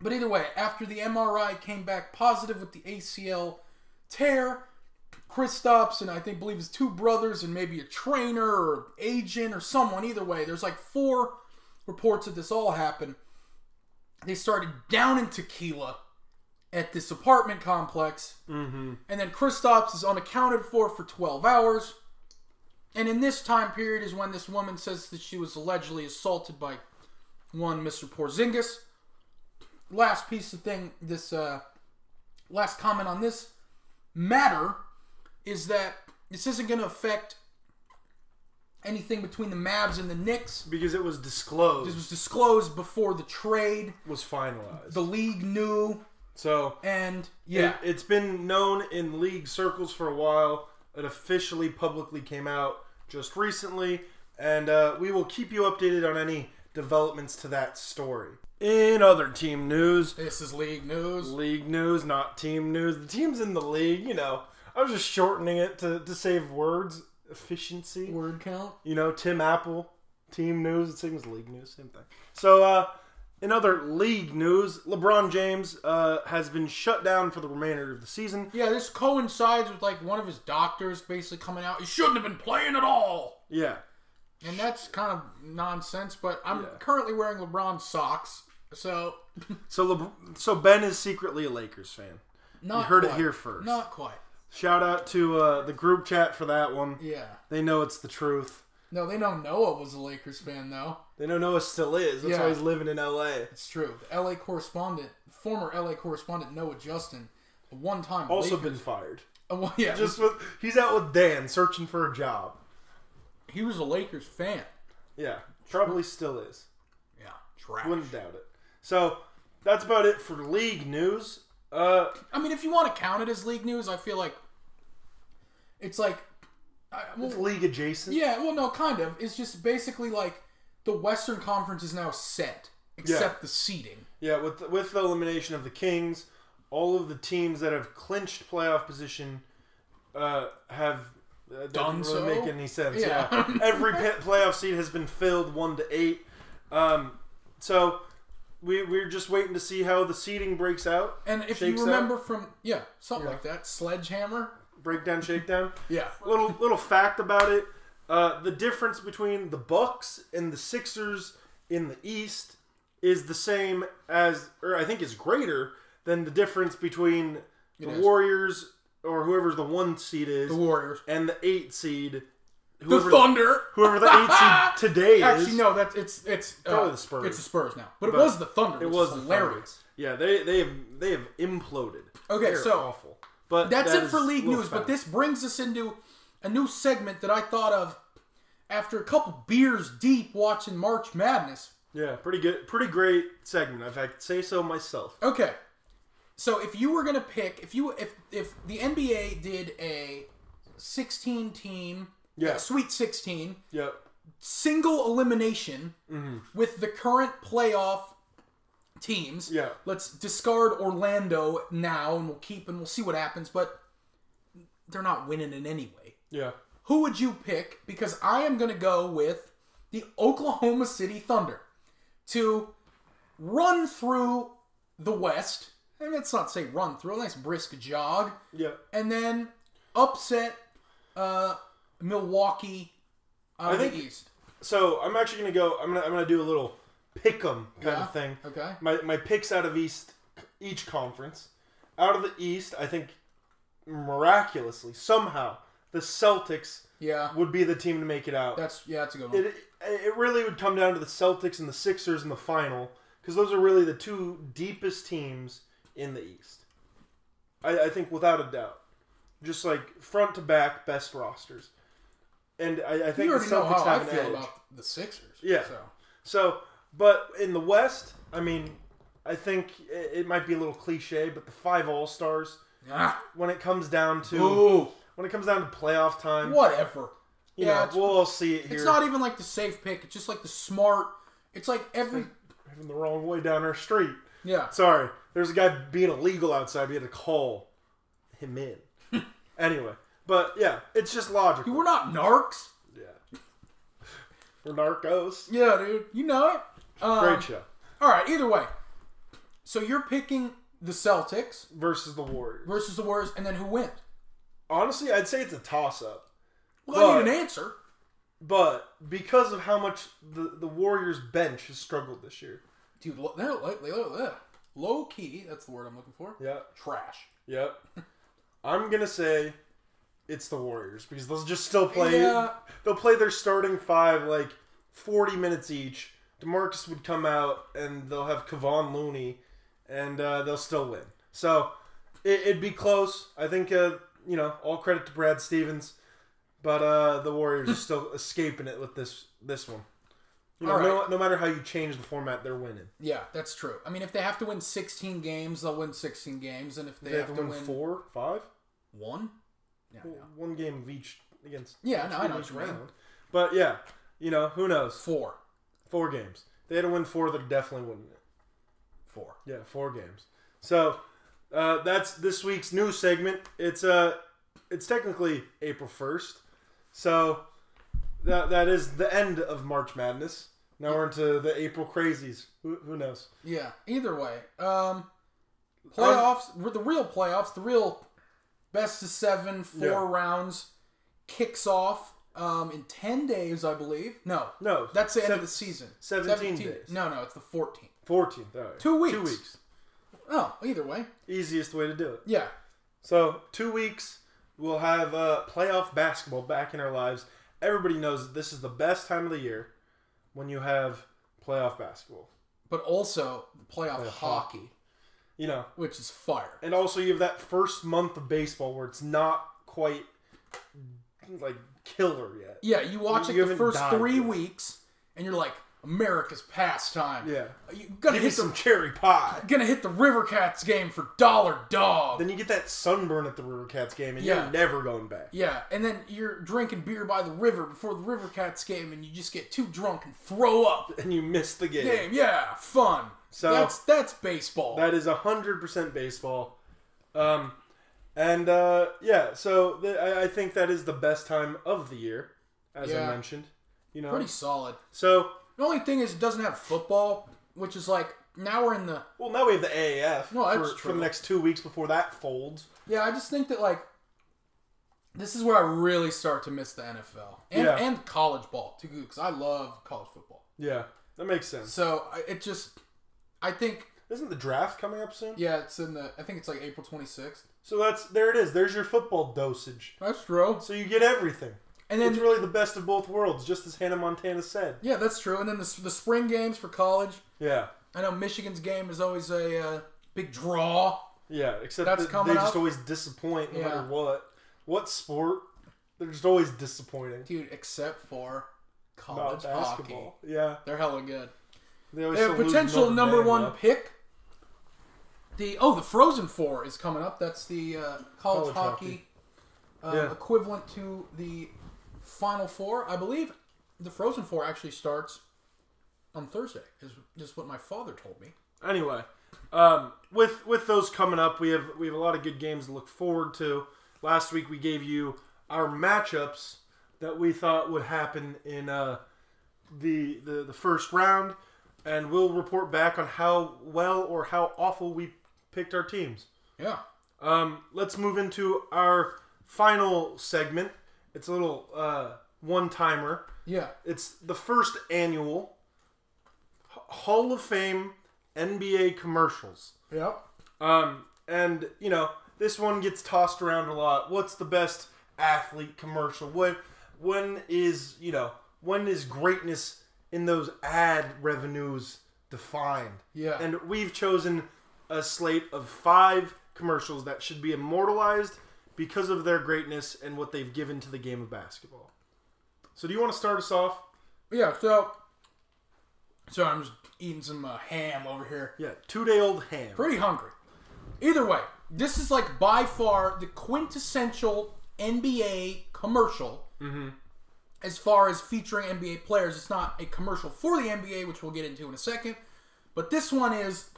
[SPEAKER 4] But either way, after the MRI came back positive with the ACL tear, Kristaps and I think believe his two brothers and maybe a trainer or agent or someone. Either way, there's like four reports that this all happened. They started down in tequila at this apartment complex, mm-hmm. and then Kristaps is unaccounted for for 12 hours. And in this time period is when this woman says that she was allegedly assaulted by one Mr. Porzingis. Last piece of thing, this uh, last comment on this matter is that this isn't going to affect anything between the Mavs and the Knicks.
[SPEAKER 3] Because it was disclosed,
[SPEAKER 4] This was disclosed before the trade.
[SPEAKER 3] was finalized.
[SPEAKER 4] The league knew,
[SPEAKER 3] So
[SPEAKER 4] and yeah,
[SPEAKER 3] It, has been known in league circles for a while. It officially publicly came out just recently, and uh, we will keep you updated on any developments to that story. In other team news,
[SPEAKER 4] this is league news.
[SPEAKER 3] league news, not team news. The team's in the league, you know. I was just shortening it to, to save words, efficiency.
[SPEAKER 4] Word count.
[SPEAKER 3] You know, Tim Apple, team news, the same as league news, same thing. So, uh, in other league news, LeBron James uh, has been shut down for the remainder of the season.
[SPEAKER 4] Yeah, this coincides with like one of his doctors basically coming out. He shouldn't have been playing at all,
[SPEAKER 3] Yeah.
[SPEAKER 4] and that's kind of nonsense. But I'm currently wearing LeBron socks, so
[SPEAKER 3] So, Le- so Ben is secretly a Lakers fan.
[SPEAKER 4] not
[SPEAKER 3] you heard it
[SPEAKER 4] quite.
[SPEAKER 3] here first.
[SPEAKER 4] Not quite.
[SPEAKER 3] Shout out to uh, the group chat for that one.
[SPEAKER 4] Yeah.
[SPEAKER 3] They know it's the truth.
[SPEAKER 4] No, they know Noah was a Lakers fan though.
[SPEAKER 3] They know Noah still is. That's
[SPEAKER 4] Yeah.
[SPEAKER 3] why he's living in L.A.
[SPEAKER 4] It's true. The LA correspondent, former LA correspondent Noah Justin, a one-time
[SPEAKER 3] Also
[SPEAKER 4] [laughs] Laker-
[SPEAKER 3] been fired.
[SPEAKER 4] Oh, well, yeah,
[SPEAKER 3] Just with he's out with Dan searching for a job.
[SPEAKER 4] he was a Lakers fan.
[SPEAKER 3] Yeah, probably still is.
[SPEAKER 4] Yeah, trash.
[SPEAKER 3] Wouldn't doubt it. So that's about it for league news. Uh,
[SPEAKER 4] I mean, if you want to count it as league news, I feel like it's like, I, Uh, well,
[SPEAKER 3] it's league adjacent.
[SPEAKER 4] yeah, well, no, kind of. It's just basically like the Western Conference is now set, except the seeding.
[SPEAKER 3] Yeah, with with the elimination of the Kings, all of the teams that have clinched playoff position uh, have uh, that
[SPEAKER 4] Done
[SPEAKER 3] doesn't really
[SPEAKER 4] so?
[SPEAKER 3] Make any sense? Yeah,
[SPEAKER 4] Yeah. [laughs]
[SPEAKER 3] every pa- playoff seat has been filled one to eight. Um, so we we're just waiting to see how the seating breaks out.
[SPEAKER 4] And if
[SPEAKER 3] Shakes
[SPEAKER 4] you
[SPEAKER 3] out.
[SPEAKER 4] remember from yeah, something like that, sledgehammer.
[SPEAKER 3] Breakdown, shakedown.
[SPEAKER 4] Yeah,
[SPEAKER 3] little little fact about it: uh, the difference between the Bucks and the Sixers in the East is the same as, or I think is greater than the difference between the
[SPEAKER 4] is.
[SPEAKER 3] Warriors or whoever's the one seed is
[SPEAKER 4] the Warriors,
[SPEAKER 3] and the eight seed.
[SPEAKER 4] the
[SPEAKER 3] Whoever
[SPEAKER 4] Thunder.
[SPEAKER 3] whoever the eight
[SPEAKER 4] [laughs]
[SPEAKER 3] seed today is.
[SPEAKER 4] Actually, no, that's it's it's uh,
[SPEAKER 3] Probably the Spurs.
[SPEAKER 4] It's the Spurs now, but, it was the Thunder.
[SPEAKER 3] It
[SPEAKER 4] which
[SPEAKER 3] was
[SPEAKER 4] is
[SPEAKER 3] the
[SPEAKER 4] hilarious.
[SPEAKER 3] Thunder. Yeah, they they have they have imploded.
[SPEAKER 4] Okay,
[SPEAKER 3] They're
[SPEAKER 4] so-
[SPEAKER 3] awful. But
[SPEAKER 4] That's
[SPEAKER 3] that
[SPEAKER 4] it for
[SPEAKER 3] is
[SPEAKER 4] league
[SPEAKER 3] little
[SPEAKER 4] news, but
[SPEAKER 3] fact.
[SPEAKER 4] this brings us into a new segment that I thought of after a couple beers deep watching March Madness.
[SPEAKER 3] yeah, pretty good, pretty great segment. If I could say so myself.
[SPEAKER 4] Okay. So if you were going to pick if you if if the NBA did a 16 team
[SPEAKER 3] Yeah.
[SPEAKER 4] Sweet 16
[SPEAKER 3] Yep.
[SPEAKER 4] single elimination
[SPEAKER 3] Mm-hmm.
[SPEAKER 4] with the current playoff teams.
[SPEAKER 3] Yeah.
[SPEAKER 4] Let's discard Orlando now and we'll keep and we'll see what happens, but they're not winning in any way.
[SPEAKER 3] Yeah.
[SPEAKER 4] Who would you pick? Because I am going to go with the Oklahoma City Thunder to run through the West. And let's not say run through, a nice brisk jog.
[SPEAKER 3] Yeah.
[SPEAKER 4] And then upset uh, Milwaukee
[SPEAKER 3] I
[SPEAKER 4] out of the
[SPEAKER 3] think-
[SPEAKER 4] East.
[SPEAKER 3] So I'm actually gonna go. I'm gonna I'm gonna do a little pick 'em kind
[SPEAKER 4] Yeah,
[SPEAKER 3] of thing.
[SPEAKER 4] okay.
[SPEAKER 3] My my picks out of East each conference. Out of the East, I think miraculously somehow the Celtics
[SPEAKER 4] Yeah.
[SPEAKER 3] would be the team to make it out.
[SPEAKER 4] That's yeah, that's a good one.
[SPEAKER 3] it, it really would come down to the Celtics and the Sixers in the final because those are really the two deepest teams in the East. I, I think without a doubt, just like front to back, best rosters. And I, I think
[SPEAKER 4] you
[SPEAKER 3] the
[SPEAKER 4] already know how
[SPEAKER 3] Celtics
[SPEAKER 4] I
[SPEAKER 3] have an
[SPEAKER 4] feel
[SPEAKER 3] edge.
[SPEAKER 4] about the Sixers.
[SPEAKER 3] Yeah.
[SPEAKER 4] So
[SPEAKER 3] So, but in the West, I mean, I think it, it might be a little cliche, but the five All Stars
[SPEAKER 4] ah,
[SPEAKER 3] when it comes down to
[SPEAKER 4] ooh,
[SPEAKER 3] when it comes down to playoff time,
[SPEAKER 4] whatever.
[SPEAKER 3] you
[SPEAKER 4] yeah,
[SPEAKER 3] know,
[SPEAKER 4] it's-
[SPEAKER 3] we'll all see it here.
[SPEAKER 4] It's not e- even like the safe pick. It's just like the smart. It's like every
[SPEAKER 3] even the wrong way down our street.
[SPEAKER 4] yeah.
[SPEAKER 3] Sorry, there's a guy being illegal outside. We had to call him
[SPEAKER 4] [laughs]
[SPEAKER 3] in. anyway, but yeah, it's just logical.
[SPEAKER 4] We're not narcs.
[SPEAKER 3] yeah. We're narcos.
[SPEAKER 4] Yeah, dude. You know it. Um,
[SPEAKER 3] Great show.
[SPEAKER 4] all right. Either way. So you're picking the Celtics
[SPEAKER 3] Versus the Warriors.
[SPEAKER 4] versus the Warriors, and then who wins?
[SPEAKER 3] Honestly, I'd say it's a toss up.
[SPEAKER 4] Well, I
[SPEAKER 3] But-
[SPEAKER 4] need an answer.
[SPEAKER 3] But because of how much the, the Warriors bench has struggled this year.
[SPEAKER 4] Dude, lo- they're like low key. That's the word I'm looking for.
[SPEAKER 3] Yeah.
[SPEAKER 4] Trash.
[SPEAKER 3] Yep. I'm gonna say it's the Warriors because they'll just still play.
[SPEAKER 4] Yeah.
[SPEAKER 3] They'll play their starting five like 40 minutes each. Demarcus would come out and they'll have Kevon Looney, and uh, they'll still win. So it, it'd be close. I think uh, you know all credit to Brad Stevens, but uh, the Warriors are still [laughs] escaping it with this this one. You know,
[SPEAKER 4] All
[SPEAKER 3] no,
[SPEAKER 4] right.
[SPEAKER 3] no matter how you change the format, they're winning.
[SPEAKER 4] Yeah, that's true. I mean, if they have to win 16 games, they'll win 16 games, and if they,
[SPEAKER 3] They
[SPEAKER 4] have, to win,
[SPEAKER 3] four, five.
[SPEAKER 4] one, yeah, no.
[SPEAKER 3] one game of each against.
[SPEAKER 4] Yeah,
[SPEAKER 3] each
[SPEAKER 4] no, I know
[SPEAKER 3] each
[SPEAKER 4] what you mean.
[SPEAKER 3] But yeah, you know who knows?
[SPEAKER 4] four,
[SPEAKER 3] Four games. They had to win four. They're definitely winning it.
[SPEAKER 4] four.
[SPEAKER 3] Yeah, four games. So uh, that's this week's news segment. It's uh, it's technically April first, so that that is the end of March Madness. Now we're into the April crazies. Who, who knows?
[SPEAKER 4] Yeah. Either way, um, playoffs, the real playoffs, the real best of seven, four
[SPEAKER 3] Yeah.
[SPEAKER 4] rounds, kicks off um, in 10 days, I believe. No,
[SPEAKER 3] No,
[SPEAKER 4] that's the end
[SPEAKER 3] sev-
[SPEAKER 4] of the season.
[SPEAKER 3] 17 days.
[SPEAKER 4] No, no, it's the 14th.
[SPEAKER 3] 14th.
[SPEAKER 4] Two weeks.
[SPEAKER 3] Two weeks.
[SPEAKER 4] Oh, either way,
[SPEAKER 3] Easiest way to do it.
[SPEAKER 4] yeah.
[SPEAKER 3] So two weeks, we'll have uh, playoff basketball back in our lives. Everybody knows that this is the best time of the year when you have playoff basketball.
[SPEAKER 4] But also playoff hockey.
[SPEAKER 3] hockey. You know,
[SPEAKER 4] which is fire.
[SPEAKER 3] and also you have that first month of baseball where it's not quite like killer yet.
[SPEAKER 4] Yeah, you watch
[SPEAKER 3] You
[SPEAKER 4] it the
[SPEAKER 3] haven't
[SPEAKER 4] first
[SPEAKER 3] died
[SPEAKER 4] three
[SPEAKER 3] yet.
[SPEAKER 4] weeks, and you're like, America's pastime.
[SPEAKER 3] Yeah.
[SPEAKER 4] you gonna
[SPEAKER 3] Give me
[SPEAKER 4] hit
[SPEAKER 3] some
[SPEAKER 4] some.
[SPEAKER 3] cherry pie.
[SPEAKER 4] Gonna hit the River Cats game for dollar dog.
[SPEAKER 3] Then you get that sunburn at the River Cats game, and
[SPEAKER 4] Yeah.
[SPEAKER 3] you're never going back.
[SPEAKER 4] yeah, and then you're drinking beer by the river before the River Cats game, and you just get too drunk and throw up.
[SPEAKER 3] And you miss the game.
[SPEAKER 4] Game, yeah, fun.
[SPEAKER 3] So-
[SPEAKER 4] that's that's baseball.
[SPEAKER 3] That is hundred percent baseball. Um, and uh, yeah, so th- I, I think that is the best time of the year, as I
[SPEAKER 4] Yeah.
[SPEAKER 3] mentioned. You know,
[SPEAKER 4] Pretty solid.
[SPEAKER 3] so
[SPEAKER 4] The only thing is, it doesn't have football, which is like now we're in the.
[SPEAKER 3] well now we have the AAF
[SPEAKER 4] No, that's
[SPEAKER 3] for, for
[SPEAKER 4] true.
[SPEAKER 3] the next two weeks before that folds.
[SPEAKER 4] Yeah, I just think that like this is where I really start to miss the NFL and
[SPEAKER 3] Yeah.
[SPEAKER 4] and college ball too, because I love college football.
[SPEAKER 3] Yeah, that makes sense.
[SPEAKER 4] So I- it just, I think
[SPEAKER 3] Isn't the draft coming up soon?
[SPEAKER 4] yeah, it's in the. I think it's like April twenty sixth.
[SPEAKER 3] So that's there it is. There's your football dosage.
[SPEAKER 4] That's true.
[SPEAKER 3] So you get everything.
[SPEAKER 4] And
[SPEAKER 3] It's
[SPEAKER 4] then
[SPEAKER 3] really the best of both worlds, just as Hannah Montana said.
[SPEAKER 4] yeah, that's true. And then the s- the spring games for college.
[SPEAKER 3] Yeah,
[SPEAKER 4] I know Michigan's game is always a uh, big draw.
[SPEAKER 3] yeah. Except
[SPEAKER 4] That's
[SPEAKER 3] that
[SPEAKER 4] coming
[SPEAKER 3] they just
[SPEAKER 4] up.
[SPEAKER 3] always disappoint no
[SPEAKER 4] Yeah.
[SPEAKER 3] matter what. What sport? They're just always disappointing.
[SPEAKER 4] dude, except for
[SPEAKER 3] about
[SPEAKER 4] college hockey.
[SPEAKER 3] basketball. Yeah,
[SPEAKER 4] They're hella good.
[SPEAKER 3] they always
[SPEAKER 4] They have
[SPEAKER 3] salute
[SPEAKER 4] potential
[SPEAKER 3] Notre
[SPEAKER 4] number
[SPEAKER 3] Dame
[SPEAKER 4] one
[SPEAKER 3] up.
[SPEAKER 4] pick. The oh, the Frozen Four is coming up. That's the uh, college,
[SPEAKER 3] College
[SPEAKER 4] hockey,
[SPEAKER 3] hockey.
[SPEAKER 4] uh,
[SPEAKER 3] Yeah.
[SPEAKER 4] equivalent to the Final Four, I believe. The Frozen Four actually starts on Thursday. Is just what my father told me.
[SPEAKER 3] Anyway, um, with with those coming up, we have we have a lot of good games to look forward to. Last week we gave you our matchups that we thought would happen in uh, the, the the first round, and we'll report back on how well or how awful we picked our teams.
[SPEAKER 4] Yeah,
[SPEAKER 3] Um, let's move into our final segment. It's a little uh, one timer.
[SPEAKER 4] yeah.
[SPEAKER 3] It's the first annual H- Hall of Fame NBA commercials.
[SPEAKER 4] Yep.
[SPEAKER 3] Um, and you know, this one gets tossed around a lot. What's the best athlete commercial? When when is you know when is greatness in those ad revenues defined?
[SPEAKER 4] Yeah.
[SPEAKER 3] And we've chosen a slate of five commercials that should be immortalized because of their greatness and what they've given to the game of basketball. So do you want to start us off?
[SPEAKER 4] Yeah. So, so I'm just eating some uh, ham over here.
[SPEAKER 3] Yeah, two day old ham.
[SPEAKER 4] pretty hungry. Either way, this is like by far the quintessential NBA commercial. As far as featuring NBA players, it's not a commercial for the NBA, which we'll get into in a second. But this one is,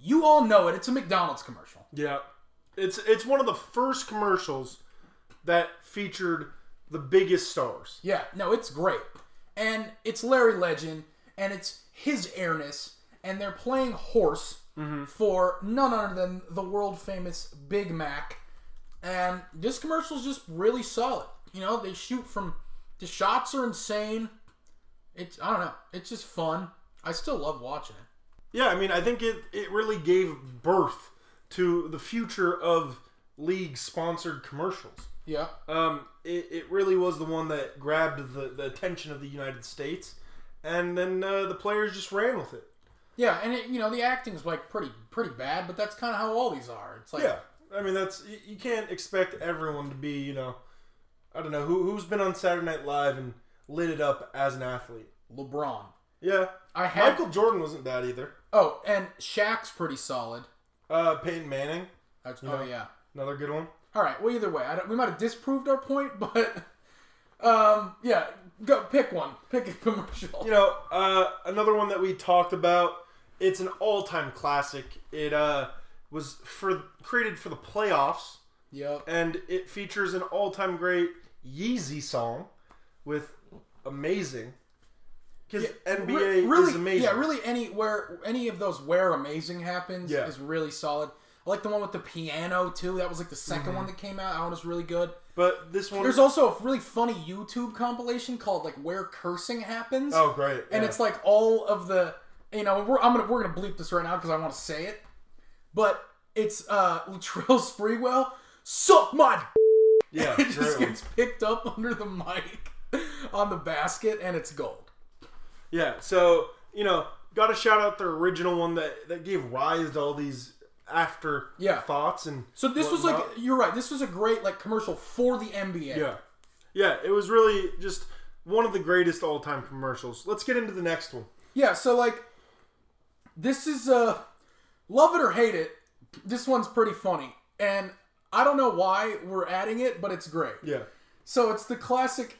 [SPEAKER 4] you all know it. It's a McDonald's commercial.
[SPEAKER 3] Yeah. It's it's one of the first commercials that featured the biggest stars.
[SPEAKER 4] Yeah, no, it's great. And it's Larry Legend, and it's his airness, and they're playing horse for none other than the world famous Big Mac. And this commercial's just really solid. You know, they shoot from the shots are insane. It's I don't know, it's just fun. I still love watching it.
[SPEAKER 3] Yeah, I mean, I think it it really gave birth to the future of league sponsored commercials.
[SPEAKER 4] Yeah.
[SPEAKER 3] Um, it, it really was the one that grabbed the, the attention of the United States, and then uh, the players just ran with it.
[SPEAKER 4] Yeah, and it, you know, the acting's like pretty pretty bad, but that's kind of how all these are. It's like
[SPEAKER 3] Yeah, I mean that's you, you can't expect everyone to be you know, I don't know who who's been on Saturday Night Live and lit it up as an athlete.
[SPEAKER 4] LeBron.
[SPEAKER 3] Yeah,
[SPEAKER 4] I had
[SPEAKER 3] Michael Jordan wasn't bad either.
[SPEAKER 4] Oh, and Shaq's pretty solid.
[SPEAKER 3] Uh, Peyton Manning,
[SPEAKER 4] That's,
[SPEAKER 3] You
[SPEAKER 4] oh
[SPEAKER 3] know?
[SPEAKER 4] yeah.
[SPEAKER 3] another good one.
[SPEAKER 4] All right. Well, either way, I don't, we might have disproved our point, [laughs] but um, yeah, go pick one. Pick a commercial.
[SPEAKER 3] You know, uh, another one that we talked about. It's an all-time classic. It uh, was for created for the playoffs,
[SPEAKER 4] Yep.
[SPEAKER 3] and it features an all-time great Yeezy song with amazing because NBA
[SPEAKER 4] Re- really,
[SPEAKER 3] is amazing.
[SPEAKER 4] Yeah, really. Any where any of those where amazing happens
[SPEAKER 3] Yeah.
[SPEAKER 4] is really solid. I like the one with the piano too. That was like the 2nd one that came out. That one was really good.
[SPEAKER 3] But this one,
[SPEAKER 4] There's also a really funny YouTube compilation called like "Where Cursing Happens."
[SPEAKER 3] oh great,
[SPEAKER 4] and
[SPEAKER 3] yeah.
[SPEAKER 4] it's like all of the you know we're I'm gonna we're gonna bleep this right now because I want to say it, but it's uh [laughs] Latrell Sprewell suck my d-" [laughs]
[SPEAKER 3] yeah,
[SPEAKER 4] it just
[SPEAKER 3] great one.
[SPEAKER 4] gets picked up [laughs] under the mic on the basket and it's gold.
[SPEAKER 3] Yeah, so you know, got to shout out the original one that that gave rise to all these after
[SPEAKER 4] Yeah.
[SPEAKER 3] thoughts and
[SPEAKER 4] So this was like
[SPEAKER 3] whatnot.
[SPEAKER 4] you're right. This was a great like commercial for the NBA.
[SPEAKER 3] yeah, yeah. It was really just one of the greatest all time commercials. Let's get into the next one.
[SPEAKER 4] Yeah, so like this is uh love it or hate it, this one's pretty funny. And I don't know why we're adding it, but it's great.
[SPEAKER 3] Yeah.
[SPEAKER 4] So it's the classic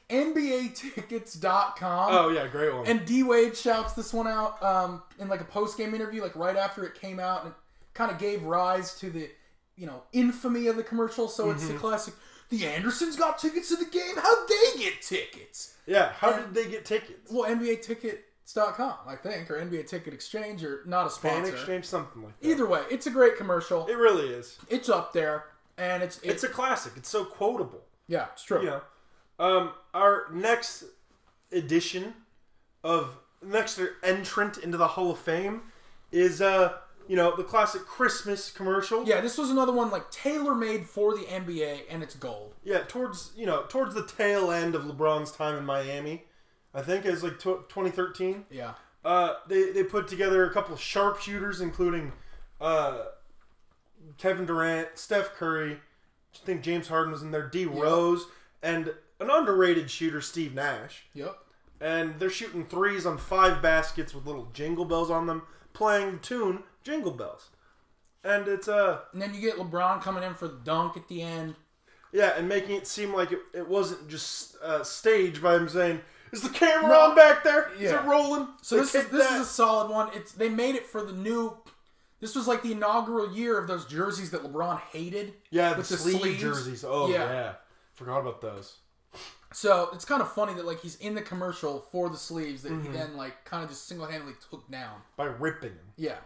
[SPEAKER 4] NBAtickets.com.
[SPEAKER 3] Oh yeah, great one.
[SPEAKER 4] And D Wade shouts this one out um, in like a post game interview, like right after it came out, and it kind of gave rise to the you know infamy of the commercial. So it's the classic. The Andersons got tickets to the game. How'd they get tickets?
[SPEAKER 3] yeah. How did they get tickets?
[SPEAKER 4] Well, NBAtickets.com, I think, or NBA Ticket Exchange, or not a
[SPEAKER 3] Fan
[SPEAKER 4] sponsor.
[SPEAKER 3] exchange, something like that.
[SPEAKER 4] Either way, it's a great commercial.
[SPEAKER 3] It really is.
[SPEAKER 4] It's up there, and it's
[SPEAKER 3] It's a classic. It's so quotable.
[SPEAKER 4] yeah, it's true.
[SPEAKER 3] You know. Um, our next edition of next entrant into the Hall of Fame is uh, you know, the classic Christmas commercial.
[SPEAKER 4] Yeah, this was another one like tailor made for the NBA, and it's gold.
[SPEAKER 3] Yeah, towards you know towards the tail end of LeBron's time in Miami, I think it was like tw 2013.
[SPEAKER 4] Yeah,
[SPEAKER 3] Uh, they they put together a couple of sharpshooters, including uh, Kevin Durant, Steph Curry. I think James Harden was in there, D Rose, and an underrated shooter, Steve Nash.
[SPEAKER 4] yep.
[SPEAKER 3] And they're shooting threes on five baskets with little jingle bells on them, playing the tune Jingle Bells. And it's uh
[SPEAKER 4] And then you get LeBron coming in for the dunk at the end.
[SPEAKER 3] Yeah, and making it seem like it, it wasn't just uh, staged by him saying, "Is the camera on back there? Is
[SPEAKER 4] yeah.
[SPEAKER 3] it rolling?"
[SPEAKER 4] So
[SPEAKER 3] They
[SPEAKER 4] this is
[SPEAKER 3] kicked
[SPEAKER 4] this
[SPEAKER 3] that.
[SPEAKER 4] is a solid one. It's they made it for the new. This was like the inaugural year of those jerseys that LeBron hated.
[SPEAKER 3] yeah, the
[SPEAKER 4] with the
[SPEAKER 3] sleeve
[SPEAKER 4] sleeves.
[SPEAKER 3] jerseys. Oh
[SPEAKER 4] Yeah.
[SPEAKER 3] yeah. forgot about those.
[SPEAKER 4] So it's kind of funny that like he's in the commercial for the sleeves that
[SPEAKER 3] Mm-hmm.
[SPEAKER 4] he then like kind of just single handedly took down.
[SPEAKER 3] By ripping them,
[SPEAKER 4] Yeah,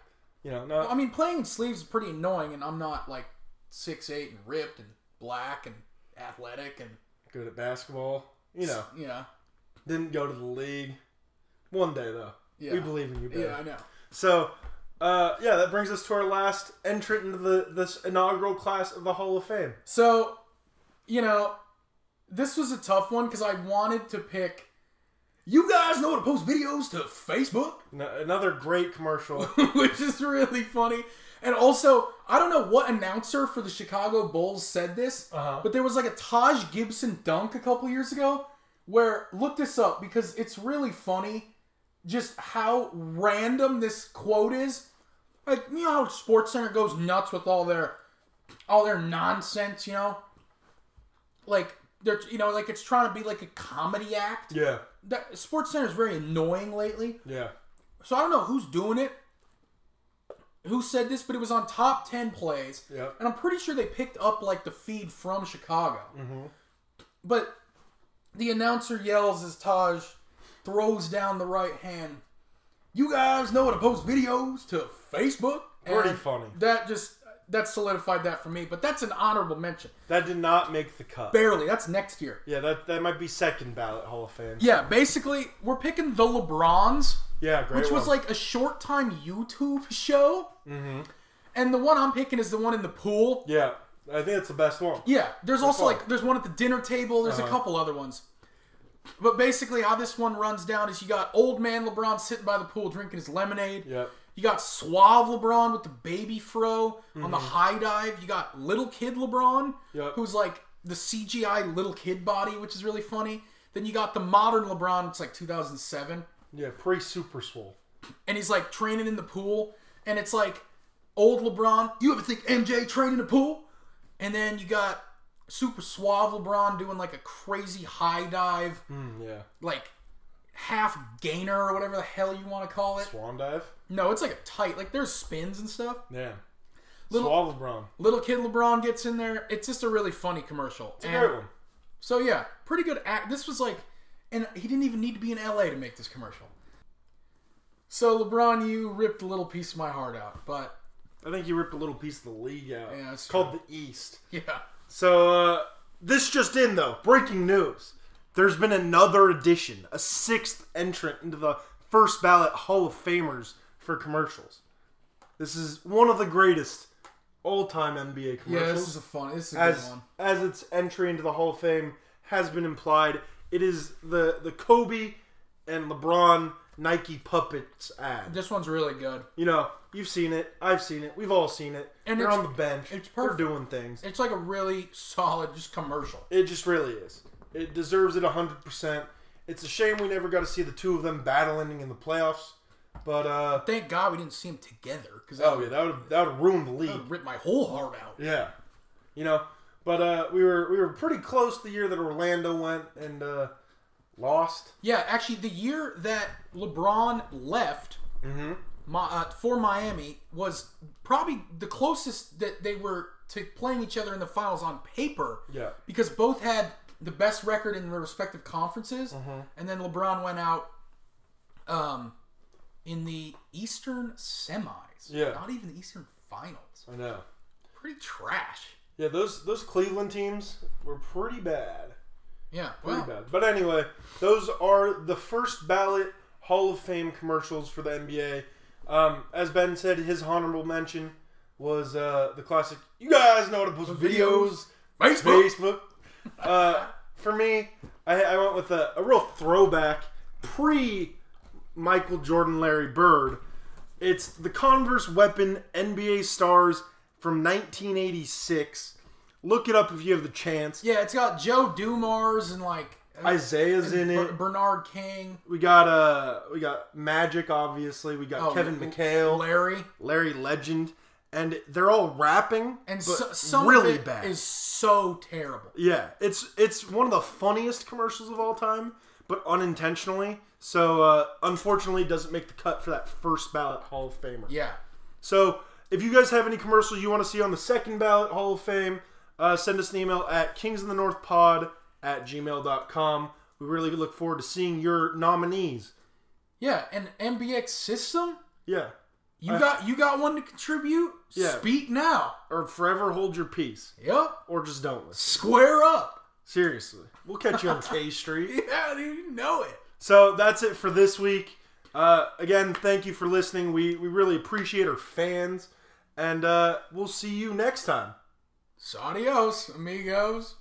[SPEAKER 3] you know. No,
[SPEAKER 4] I mean playing in sleeves is pretty annoying, and I'm not like six eight and ripped and black and athletic and
[SPEAKER 3] good at basketball. You know,
[SPEAKER 4] you know
[SPEAKER 3] didn't go to the league. One day though,
[SPEAKER 4] yeah
[SPEAKER 3] we believe in you. Babe.
[SPEAKER 4] yeah I know
[SPEAKER 3] So, uh, yeah, that brings us to our last entrant into the this inaugural class of the Hall of Fame.
[SPEAKER 4] So, you know, this was a tough one because I wanted to pick. You guys know how to post videos to Facebook,
[SPEAKER 3] N- another great
[SPEAKER 4] [laughs]
[SPEAKER 3] commercial.
[SPEAKER 4] which is really funny. And also, I don't know what announcer for the Chicago Bulls said this,
[SPEAKER 3] Uh-huh.
[SPEAKER 4] but there was like a Taj Gibson dunk a couple years ago where look this up because it's really funny just how random this quote is. Like, you know how Sports Center goes nuts with all their all their nonsense, you know? Like they're you know, like it's trying to be like a comedy act.
[SPEAKER 3] yeah,
[SPEAKER 4] That Sports Center is very annoying lately.
[SPEAKER 3] yeah.
[SPEAKER 4] So I don't know who's doing it, who said this, but it was on top 10 plays.
[SPEAKER 3] Yep.
[SPEAKER 4] And I'm pretty sure they picked up like the feed from Chicago. Mm-hmm. But the announcer yells as Taj throws down the right hand. You guys know how to post videos to Facebook.
[SPEAKER 3] Pretty
[SPEAKER 4] And
[SPEAKER 3] funny.
[SPEAKER 4] That just that solidified that for me. But that's an honorable mention.
[SPEAKER 3] That did not make the cut.
[SPEAKER 4] Barely. That's next year.
[SPEAKER 3] Yeah, that that might be second ballot Hall of Fame.
[SPEAKER 4] Yeah. Basically, we're picking the LeBrons.
[SPEAKER 3] Yeah, great.
[SPEAKER 4] which was
[SPEAKER 3] one.
[SPEAKER 4] like a short time YouTube show. Mm-hmm. And the one I'm picking is the one in the pool.
[SPEAKER 3] yeah, I think it's the best one.
[SPEAKER 4] Yeah, there's also
[SPEAKER 3] fun. Uh-huh.
[SPEAKER 4] like there's one at the dinner table. There's a couple other ones. But basically, how this one runs down is you got old man LeBron sitting by the pool drinking his lemonade.
[SPEAKER 3] Yeah,
[SPEAKER 4] You got suave LeBron with the baby fro on the high dive. You got little kid LeBron,
[SPEAKER 3] Mm-hmm. Yep.
[SPEAKER 4] who's like the CGI little kid body, which is really funny. Then you got the modern LeBron. It's like 2007.
[SPEAKER 3] yeah, pre Super Swole.
[SPEAKER 4] and he's like training in the pool, and it's like old LeBron. You ever think MJ trained in the pool? And then you got super suave LeBron doing like a crazy high dive,
[SPEAKER 3] Mm, yeah,
[SPEAKER 4] like half gainer or whatever the hell you want to call it.
[SPEAKER 3] Swan Dive.
[SPEAKER 4] No, it's like a tight, like there's spins and stuff.
[SPEAKER 3] Yeah,
[SPEAKER 4] Little-
[SPEAKER 3] Swallow LeBron.
[SPEAKER 4] Little kid LeBron gets in there. It's just a really funny commercial.
[SPEAKER 3] It's a
[SPEAKER 4] And
[SPEAKER 3] great one.
[SPEAKER 4] So yeah, pretty good act. This was like, and he didn't even need to be in LA to make this commercial. So LeBron, you ripped a little piece of my heart out, but
[SPEAKER 3] I think he ripped a little piece of the league out.
[SPEAKER 4] Yeah, that's
[SPEAKER 3] it's called the East.
[SPEAKER 4] yeah.
[SPEAKER 3] So uh, this just in though, breaking news. There's been another addition, a sixth entrant into the first ballot Hall of Famers for commercials. This is one of the greatest all-time NBA commercials.
[SPEAKER 4] Yeah, this is a fun. This is a
[SPEAKER 3] as
[SPEAKER 4] good one.
[SPEAKER 3] as its entry into the Hall of Fame has been implied, it is the the Kobe and LeBron Nike puppets ad.
[SPEAKER 4] This one's really good.
[SPEAKER 3] You know, you've seen it. I've seen it. We've all seen it.
[SPEAKER 4] And
[SPEAKER 3] They're
[SPEAKER 4] it's-
[SPEAKER 3] on the bench.
[SPEAKER 4] it's
[SPEAKER 3] They're
[SPEAKER 4] perfect.
[SPEAKER 3] doing things.
[SPEAKER 4] It's like a really solid just commercial.
[SPEAKER 3] It just really is. It deserves it 100%. It's a shame we never got to see the two of them battling in the playoffs. But, uh,
[SPEAKER 4] Thank God we didn't see them together because that
[SPEAKER 3] oh, yeah,
[SPEAKER 4] would
[SPEAKER 3] that would that would ruin the league.
[SPEAKER 4] rip my whole heart out.
[SPEAKER 3] Yeah, you know, but uh, we were we were pretty close the year that Orlando went and uh, lost.
[SPEAKER 4] Yeah, actually, the year that LeBron left
[SPEAKER 3] Mm-hmm.
[SPEAKER 4] Mi- uh, for Miami was probably the closest that they were to playing each other in the finals on paper.
[SPEAKER 3] Yeah.
[SPEAKER 4] Because both had the best record in their respective conferences,
[SPEAKER 3] Mm-hmm.
[SPEAKER 4] and then LeBron went out um, in the Eastern semis.
[SPEAKER 3] Yeah.
[SPEAKER 4] Not even the Eastern finals.
[SPEAKER 3] I know.
[SPEAKER 4] Pretty trash.
[SPEAKER 3] Yeah, those those Cleveland teams were pretty bad,
[SPEAKER 4] Yeah.
[SPEAKER 3] pretty
[SPEAKER 4] Well,
[SPEAKER 3] bad. But anyway, those are the first ballot Hall of Fame commercials for the NBA. Um, as Ben said, his honorable mention was uh, the classic. You guys know how to post videos.
[SPEAKER 4] Facebook.
[SPEAKER 3] Facebook. Uh, for me, I, I went with a, a real throwback pre Michael Jordan, Larry Bird. It's the Converse Weapon NBA Stars from 1986. Look it up if you have the chance.
[SPEAKER 4] Yeah, it's got Joe Dumars and like
[SPEAKER 3] Isaiah's in
[SPEAKER 4] Ber-
[SPEAKER 3] it.
[SPEAKER 4] Bernard King,
[SPEAKER 3] We got uh, we got Magic, obviously. We got
[SPEAKER 4] Oh,
[SPEAKER 3] Kevin
[SPEAKER 4] L-
[SPEAKER 3] McHale,
[SPEAKER 4] Larry,
[SPEAKER 3] Larry Legend, and they're all rapping
[SPEAKER 4] and
[SPEAKER 3] but
[SPEAKER 4] so, some
[SPEAKER 3] really
[SPEAKER 4] of it
[SPEAKER 3] bad.
[SPEAKER 4] is so terrible.
[SPEAKER 3] Yeah, it's it's one of the funniest commercials of all time, but unintentionally. So uh, unfortunately, it doesn't make the cut for that first ballot Hall of Famer.
[SPEAKER 4] Yeah,
[SPEAKER 3] So if you guys have any commercials you want to see on the second ballot Hall of Fame, uh, send us an email at kingsinthe.northpod at gmail.com. We really look forward to seeing your nominees.
[SPEAKER 4] yeah. An MBX system.
[SPEAKER 3] Yeah,
[SPEAKER 4] You got you got one to contribute.
[SPEAKER 3] Uh, Yeah.
[SPEAKER 4] Speak now.
[SPEAKER 3] or forever hold your peace,
[SPEAKER 4] Yep.
[SPEAKER 3] or just don't listen.
[SPEAKER 4] Square up. [laughs]
[SPEAKER 3] Seriously, we'll catch you on K Street.
[SPEAKER 4] Yeah, dude, you know it.
[SPEAKER 3] So that's it for this week. Uh, again, thank you for listening. We we really appreciate our fans, and uh, we'll see you next time.
[SPEAKER 4] So adios, amigos.